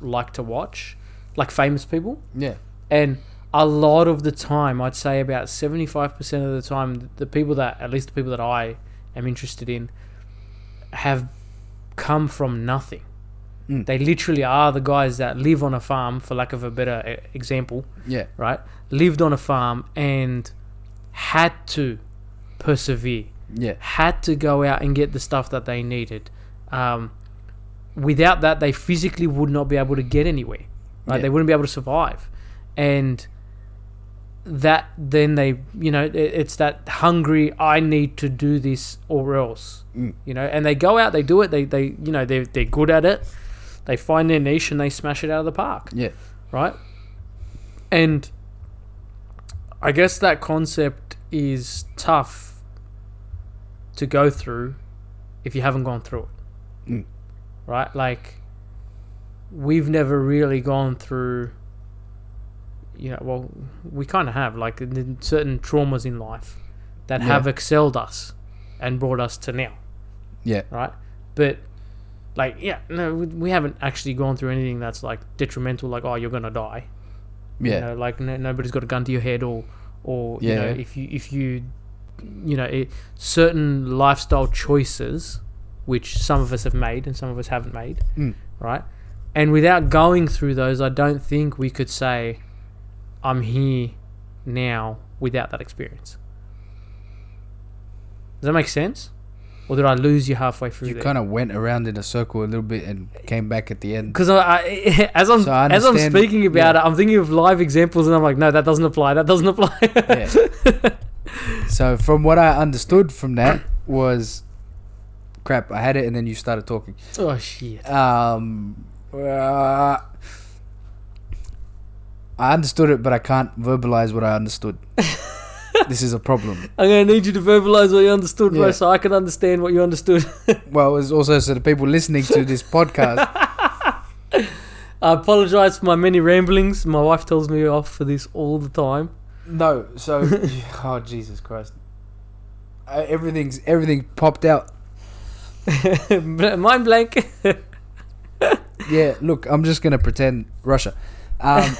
like to watch, like famous people,
yeah,
and a lot of the time, I'd say about seventy five percent of the time, the people that at least the people that I am interested in have come from nothing.
Mm.
They literally are the guys that live on a farm, for lack of a better eh, example,
yeah,
right? Lived on a farm and had to persevere,
yeah,
had to go out and get the stuff that they needed. Um, without that, they physically would not be able to get anywhere. Right?
Yeah.
They wouldn't be able to survive, and that then they, you know, it- it's that hungry. I need to do this or else,
Mm.
you know. And they go out, they do it. They, they, you know, they they're good at it. They find their niche and they smash it out of the park
yeah,
right? And I guess that concept is tough to go through if you haven't gone through it,
Mm.
right? Like we've never really gone through, you know. Well, we kind of have like in- in certain traumas in life that
Yeah.
have excelled us and brought us to now
yeah,
right? But like, yeah, no, we, we haven't actually gone through anything that's like detrimental, like oh, you're gonna die.
yeah,
You know, like no, nobody's got a gun to your head, or or
Yeah.
you know, if you if you you know it, certain lifestyle choices, which some of us have made and some of us haven't made,
Mm.
right? And without going through those, I don't think we could say I'm here now without that experience. Does that make sense? Or did I lose you halfway through?
You
there?
kind of went around in a circle a little bit and came back at the end.
Because I, I, as I'm
So I
as I'm
understand-
speaking about
yeah.
it, I'm thinking of live examples, and I'm like, no, that doesn't apply. That doesn't apply.
Yeah. so from what I understood from that was, crap. I had it, and then you started talking.
oh shit.
Um, uh, I understood it, but I can't verbalize what I understood. this is a problem.
I'm gonna need you to verbalize what you understood,
Yeah.
bro, so I can understand what you understood.
Well, it's also so the people listening to this podcast.
I apologize for my many ramblings. My wife tells me off for this all the time.
No, so oh Jesus Christ, uh, everything's everything popped out.
Mind blank.
Yeah, look, I'm just gonna pretend Russia. Um,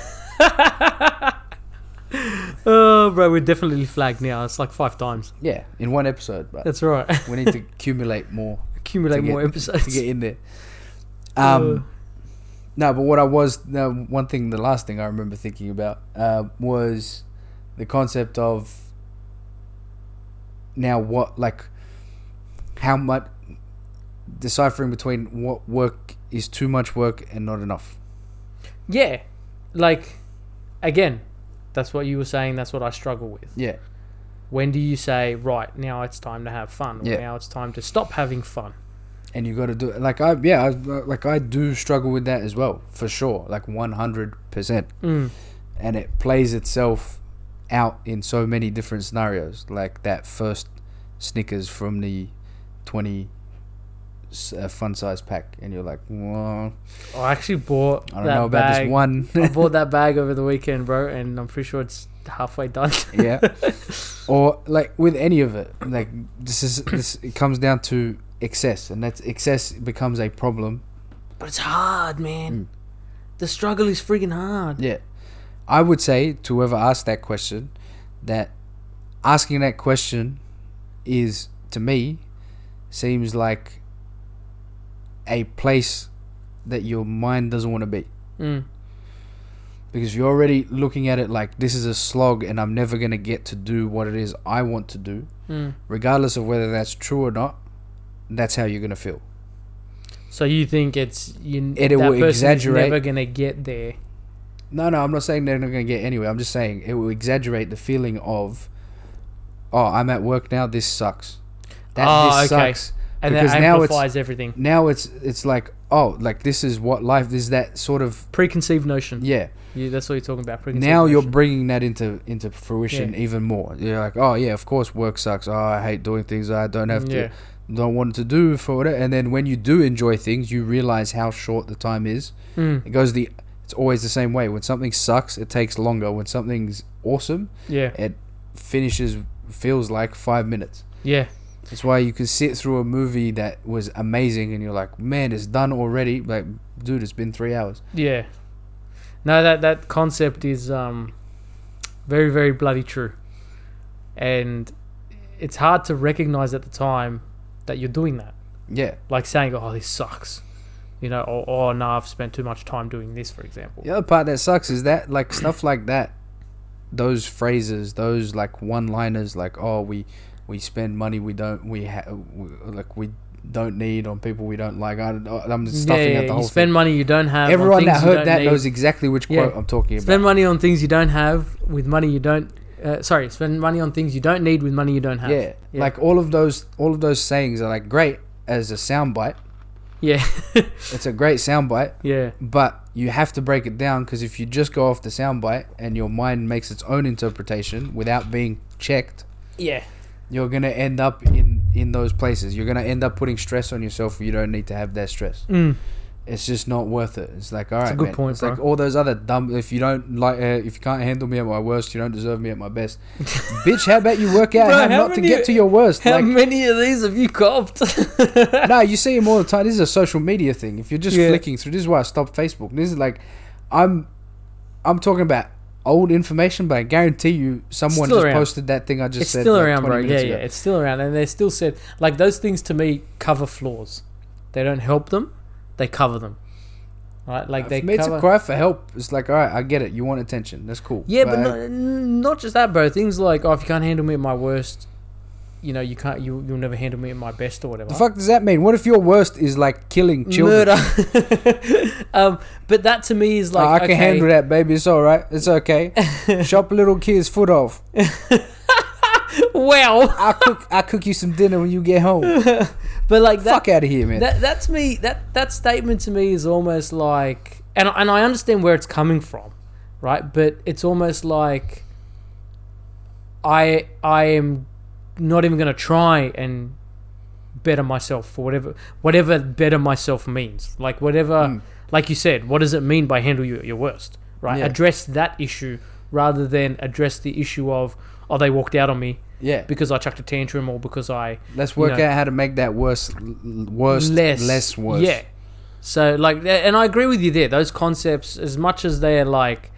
oh, bro, we're definitely flagged now. It's like five times.
yeah, in one episode, but
That's right.
we need to accumulate more
Accumulate
to get-
more episodes.
to get in there. Um,
Uh.
No, but what I was no, one thing, the last thing I remember thinking about uh, was the concept of now what like how much deciphering between what work is too much work and not enough.
Yeah, like again, that's what you were saying. That's what I struggle with.
Yeah,
When do you say, right now it's time to have fun, or
Yeah.
now it's time to stop having fun?
and you got to do it. Like I yeah, I, like I do struggle with that as well for sure. Like one hundred percent.
Mm.
and it plays itself out in so many different scenarios like that first snickers from the 20 s- uh, fun size pack and you're like well
I actually bought.
i don't
that
know about
bag.
this one
I bought that bag over the weekend, bro, and I'm pretty sure it's halfway done.
yeah or like with any of it like this is this it comes down to excess and that's excess becomes a problem
Mm. but it's hard, man. The struggle is friggin' hard.
Yeah. I would say to whoever asked that question that asking that question is to me seems like a place that your mind doesn't want to be
Mm.
because you're already looking at it like this is a slog and I'm never going to get to do what it is I want to do
Mm.
regardless of whether that's true or not that's how you're going to feel
So you think it's you?
It
that
will
person is
exaggerate-
Never gonna get there.
No, no, I'm not saying they're not going to get anywhere. I'm just saying it will exaggerate the feeling of, oh, I'm at work now. This sucks. That
Oh,
this
okay.
sucks.
And
Because
that
now it's-
amplifies everything.
Now it's it's like oh, like this is what life this is. That sort of
Preconceived notion.
yeah.
You, that's what you're talking about. Preconceived
Now you're
notion.
bringing that into into fruition
Yeah.
even more. You're like oh yeah, of course work sucks. Oh, I hate doing things I don't have
Yeah.
to, don't want to do for it. And then when you do enjoy things, you realize how short the time is.
Mm,
It goes the it's always the same way. When something sucks, it takes longer. When something's awesome.
yeah.
it finishes feels like five minutes.
Yeah.
That's why you can sit through a movie that was amazing and you're like, man, it's done already. Like, dude, it's been three hours.
Yeah. No, that that concept is um, very very bloody true, and it's hard to recognize at the time that you're doing that.
Yeah,
Like saying, "Oh, this sucks," you know, or "Oh, no, I've spent too much time doing this," for example.
the other part that sucks is that like stuff like that, those phrases, those like one-liners, like oh we we spend money we don't we, ha- we like we don't need on people we don't like. I don't, I'm stuffing out the whole
you spend
thing.
money you don't have. on
Everyone that
things you don't
heard that
need.
knows exactly which
Yeah.
quote I'm talking about.
Spend money on things you don't have with money you don't. Uh, sorry, spend money on things you don't need with money you don't have.
Yeah.
Yeah.
like all of those all of those sayings are like great as a soundbite.
yeah,
It's a great soundbite,
yeah,
but you have to break it down because if you just go off the soundbite and your mind makes its own interpretation without being checked,
yeah.
you're gonna end up in in those places. You're gonna end up putting stress on yourself. You don't need to have that stress.
Mm.
It's just not worth it. It's like all right,
a good
man.
point,
It's
bro.
like all those other dumb. If you don't like, uh, if you can't handle me at my worst, you don't deserve me at my best. Bitch, how about you work out
Bro,
how,
how
not to
many-
get to your worst?
How
like,
many of these have you copped?
no, you see him all the time. This is a social media thing. If you're just
Yeah.
flicking through, this is why I stopped Facebook. This is like, I'm, I'm talking about old information, but I guarantee you, someone
Still
just
around.
posted that thing I just
it's
said.
still
like,
around,
20
bro. Yeah,
minutes
yeah,
ago.
it's still around, and they're still said like those things to me cover flaws. They don't help them; they cover them. Right? Like they
Uh, for me,
cover.
it's a cry for help. It's like, all right, I get it. You want attention. That's cool.
Yeah, but not, not just that, bro. Things like, oh, if you can't handle me at my worst, you know, you can't, you, you'll never handle me at my best or whatever.
the fuck does that mean? What if your worst is like killing children?
Murder. um, but that to me is
Oh,
like,
I can handle that, baby. It's all right. It's okay. Chop a little kid's foot off.
Wow.
I cook. I cook you some dinner when you get home.
But like that,
fuck out of here, man.
that, that's me. That that statement to me is almost like, and and I understand where it's coming from, right? But it's almost like, I I am not even going to try and better myself for whatever whatever better myself means. Like whatever, like you said, what does it mean by handle you at your worst? Right?
Yeah.
Address that issue rather than address the issue of oh they walked out on me
yeah.
because I chucked a tantrum or because I
Let's
you
work
know.
out how to make that worse, l- l- worse, less,
less
less worse.
Yeah. So like, th- and I agree with you there. Those concepts, as much as they are like,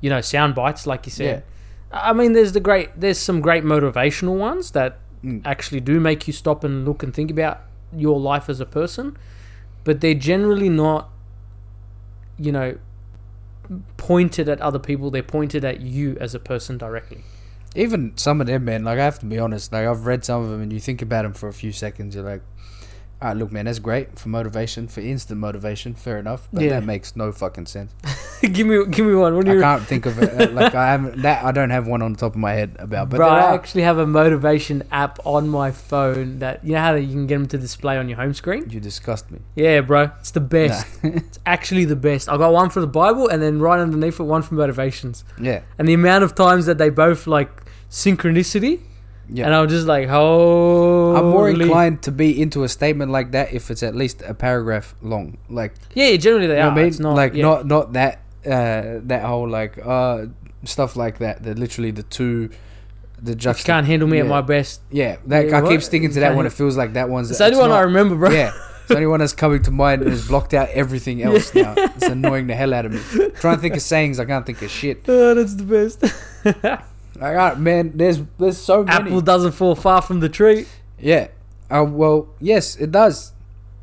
you know, sound bites, like you said. I mean, there's the great, there's some great motivational ones that
Mm.
actually do make you stop and look and think about your life as a person, but they're generally not, you know, pointed at other people. They're pointed at you as a person directly.
Even some of them, man. Like I have to be honest. Like I've read some of them, and you think about them for a few seconds, you're like, "All right, look, man, that's great for motivation, for instant motivation. Fair enough, but
Yeah.
that makes no fucking sense.
give me, give me one. What do
I
you?
can't think of it. uh, like I haven't that. I don't have one on the top of my head about. But
Bro,
there
I
are.
actually have a motivation app on my phone that you know how you can get them to display on your home screen.
you disgust me.
Yeah, bro, it's the best.
Nah.
It's actually the best. I got one for the Bible and then right underneath it one for motivations.
yeah,
And the amount of times that they both like synchronicity,
yeah.
and I was just like, oh,
I'm more inclined to be into a statement like that if it's at least a paragraph long. Like
Yeah, yeah, generally they
You know
are.
what I mean?
It's not
like
yeah.
not not that uh, that whole like uh, stuff like that. That literally the two, the
If
juxta.
you can't handle me
yeah.
at my best.
yeah, that,
Yeah,
I
what?
keep sticking to
You
that
can't
one. It
handle-
feels like that one's.
So the
it's
one I
not-
remember, bro.
Yeah, The only one that's coming to mind is blocked out everything else now. It's annoying the hell out of me. Trying to think of sayings, I can't think of shit.
Oh, that's the best.
Like, ah, man, there's there's so many.
Apple doesn't fall far from the tree.
Yeah. Uh, well, yes, it does.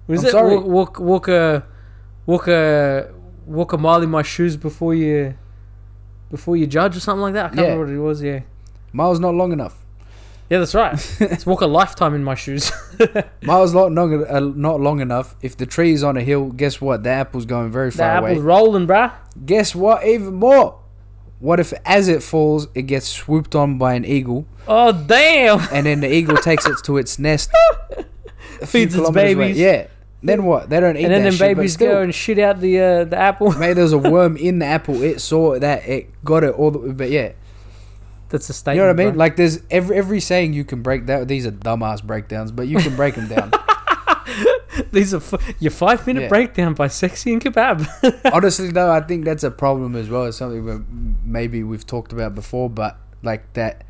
Was
I'm
it
sorry.
Walk, walk walk a walk a walk a mile in my shoes before you before you judge or something like that? I can't
Yeah.
remember what it was. Yeah,
Miles not long enough.
yeah, that's right. it's walk a lifetime in my shoes.
Miles not long, uh, not long enough. If the tree is on a hill, guess what? The apple's going very
the
far away.
apple's rolling, bruh.
Guess what? Even more. What if as it falls, it gets swooped on by an eagle,
Oh damn!
and then the eagle takes it to its nest, a few
Feeds its
kilometers away?
babies.
Yeah. Then what? They don't eat
And then
that
them
shit, but
babies
still.
go and shit out the uh, the apple.
Mate, there was a worm in the apple. It saw that. It got it all. The, but yeah,
That's a
you
statement.
know what I mean.
bruh.
Like there's every every saying you can break down. These are dumbass breakdowns, but you can break them down.
These are f- your five minute
Yeah.
breakdown by Sexy and Kebab.
Honestly, though, I think that's a problem as well. It's something that maybe we've talked about before, but like that,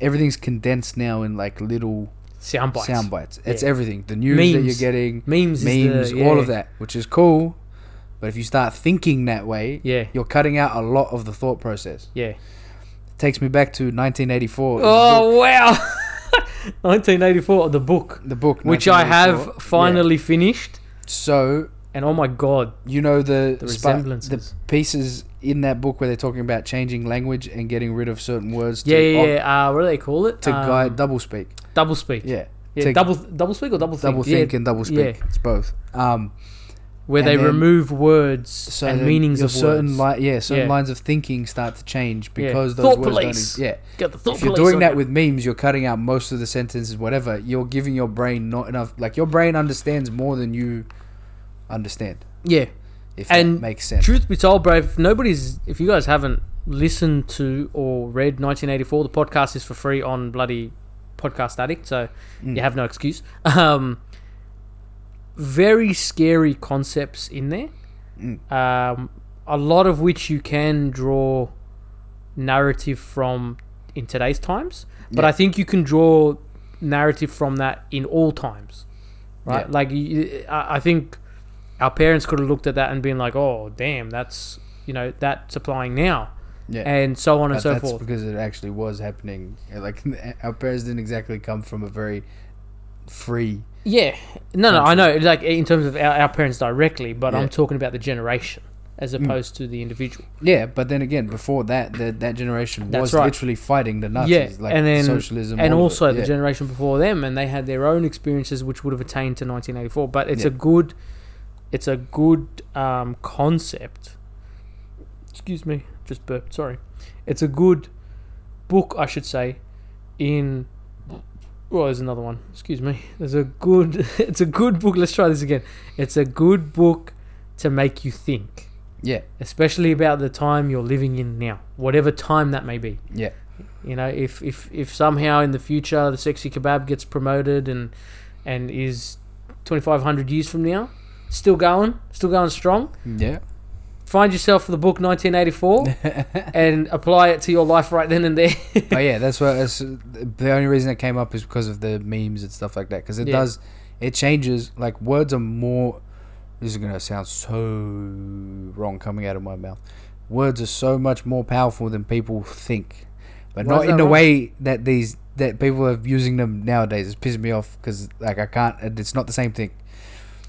everything's condensed now in like little
Sound bites.
sound bites. It's
Yeah.
everything. The news that you're
Memes.
getting,
Memes,
memes,
is the, yeah.
all of that, which is cool. But if you start thinking that way,
Yeah,
you're cutting out a lot of the thought process.
yeah.
takes me back to 1984. the book,
Oh wow! 1984, the book,
the book
which I
1984.
have
Yeah.
finally finished,
So
and oh my god,
you know the
the
spa- the
resemblances.
pieces in that book where they're talking about changing language and getting rid of certain words.
yeah,
to
yeah,
op-
yeah. Uh, what do they call it?
to
Um,
guide double speak.
double speak. Yeah,
Yeah, to
double double speak or double think.
double think
yeah,
and double speak. It's both. Um,
where
and
they
then-
remove words
so
and
then
meanings
your
of
certain
words. Like,
li- yeah, certain
Yeah.
lines of thinking start to change
Yeah.
because those
Thought
words
police.
don't. ex-
Got the
yeah,
thought
if you're
police
doing
on
that
it.
with memes, you're cutting out most of the sentences. Whatever you're giving your brain not enough. Like your brain understands more than you understand.
yeah.
If
And
that makes sense.
Truth be told, bro, if nobody's, if you guys haven't listened to or read 1984, the podcast is for free on bloody Podcast Addict, so you have no excuse. Um, very scary concepts in there, um, a lot of which you can draw narrative from in today's times, but
Yeah.
I think you can draw narrative from that in all times, right?
Yeah.
Like, you, I I think our parents could have looked at that and been like, "Oh, damn, that's you know that's applying now,"
Yeah.
and so on and
But
so
that's
forth.
because it actually was happening. Like eh, our parents didn't exactly come from a very free.
Yeah, no, no, I know. Like in terms of our, our parents directly, but I'm talking about the generation as
Mm.
opposed to the individual.
Yeah, but then again, before that, the, that generation
That's
was
right.
literally fighting the Nazis,
yeah,
like
and then
socialism,
and
all of
also
it.
the
Yeah.
generation before them, and they had their own experiences which would have attained to 1984. But it's
Yeah.
a good, it's a good um, concept. Excuse me, just burped. Sorry, it's a good book, I should say. In well, there's another one. Excuse me. There's a good. It's a good book. Let's try this again. It's a good book to make you think,
yeah,
especially about the time you're living in now, whatever time that may be.
yeah,
You know, if if if somehow in the future the sexy kebab gets promoted and and is 2500 years from now still going, still going strong,
yeah,
find yourself the book 1984 and apply it to your life right then and there.
but Oh, yeah, that's what. That's, the only reason it came up is because of the memes and stuff like that. Because it
Yeah.
does, it changes. Like words are more. This is gonna sound so wrong coming out of my mouth. Words are so much more powerful than people think, but
Why is
not in
that
the
wrong?
way that these that people are using them nowadays. It's pissing me off because like I can't. It's not the same thing.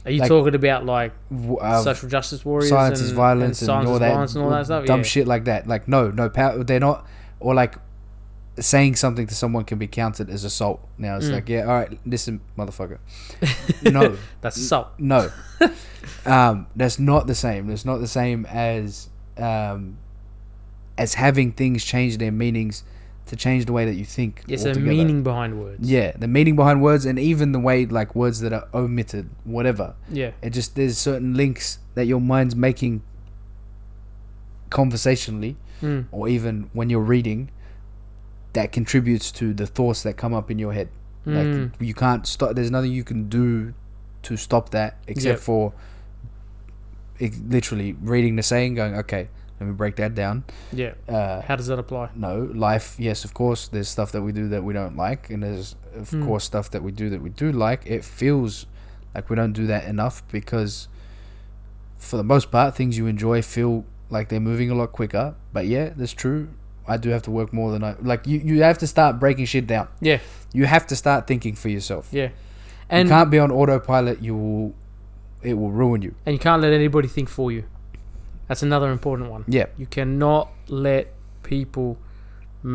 Are you
Like,
talking about like
W- uh,
social justice warriors
science
and,
is violence and,
science
all
is
that,
violence and all that stuff?
dumb
yeah.
shit like that. Like no, no power. They're not, or like saying something to someone can be counted as assault. Now
Mm.
it's like yeah, all right, listen, motherfucker. no,
That's assault.
no, um, that's not the same. That's not the same as um, as having things change their meanings to change the way that you think.
Yes, a
altogether.
meaning behind words.
Yeah, the meaning behind words, and even the way like words that are omitted, whatever.
Yeah.
It just there's certain links that your mind's making conversationally,
Mm.
or even when you're reading, that contributes to the thoughts that come up in your head.
Mm.
Like you can't stop. There's nothing you can do to stop that except
Yep.
for it, literally reading the saying, going, okay, let me break that down.
Yeah.
Uh,
How does that apply?
no life yes of course there's
Hmm.
stuff that we do that we don't like and there's of course stuff that we do that we do like it feels Like we don't do that enough because, for the most part, things you enjoy feel like they're moving a lot quicker. But yeah, that's true. I do have to work more than I like. You you have to start breaking shit down.
Yeah.
You have to start thinking for yourself.
Yeah. And
you can't be on autopilot. You will. It will ruin you.
and you can't let anybody think for you. That's another important one.
Yeah.
You cannot let people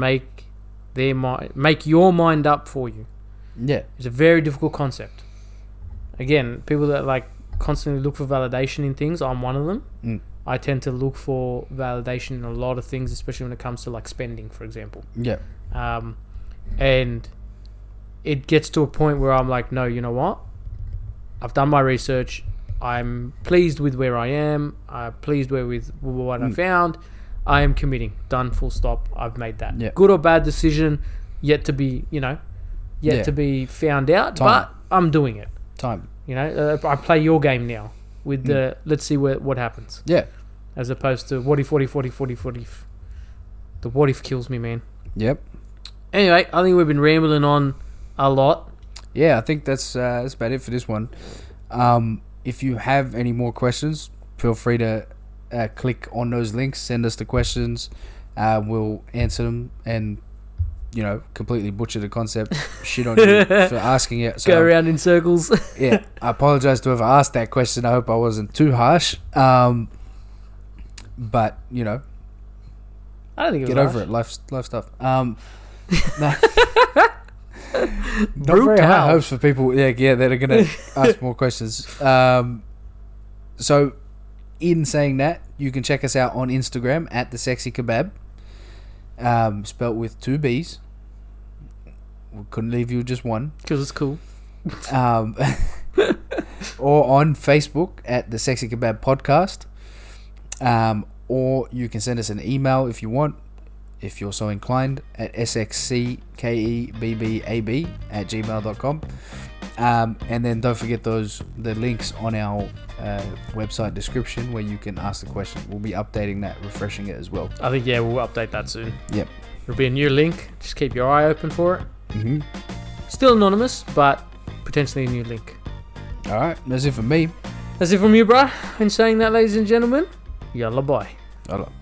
make their mind make your mind up for you.
Yeah.
It's a very difficult concept. Again, people that like constantly look for validation in things, I'm one of them.
Mm.
I tend to look for validation in a lot of things, especially when it comes to like spending, for example.
Yeah.
Um, and it gets to a point where I'm like, no, you know what? I've done my research. I'm pleased with where I am. I'm pleased where with what I
Mm.
found. I am committing. Done. Full stop. I've made that.
Yeah.
Good or bad decision, yet to be, you know, yet
Yeah.
to be found out.
Time.
But I'm doing it.
Time.
You know, uh, I play your game now
Hmm.
with the let's see where, what happens
Yeah.
as opposed to what if, what if, what if, what if, what if. The what if kills me, man.
Yep.
Anyway, I think we've been rambling on a lot.
yeah, I think that's uh, that's about it for this one. Um, if you have any more questions, feel free to uh, click on those links, send us the questions. Uh, we'll answer them and you know completely butcher the concept. Shit on you for asking it. So,
Go around in circles.
yeah, I apologize to whoever asked that question. I hope I wasn't too harsh. Um, but you know,
I don't think it
get
was
over
harsh.
it. Life, life stuff. Um, no. Not
Brutal.
very high hopes for people. Yeah, yeah, that are gonna ask more questions. Um, so, in saying that, you can check us out on Instagram at the Sexy Kebab, um, spelt with two B's. We couldn't leave you with just one
because it's cool.
um, or on Facebook at the Sexy Kebab Podcast. Um, or you can send us an email if you want, if you're so inclined, at E sxckebbab at gmail.com. Um, and then don't forget those the links on our uh, website description where you can ask the question. We'll be updating that, refreshing it as well.
I think yeah, we'll update that soon.
Yep.
There'll be a new link. Just keep your eye open for it.
Mm-hmm.
Still anonymous, but potentially a new link.
All right, that's it for me.
That's it from you, bruh. In saying that, ladies and gentlemen, yalla bye.
Hold on.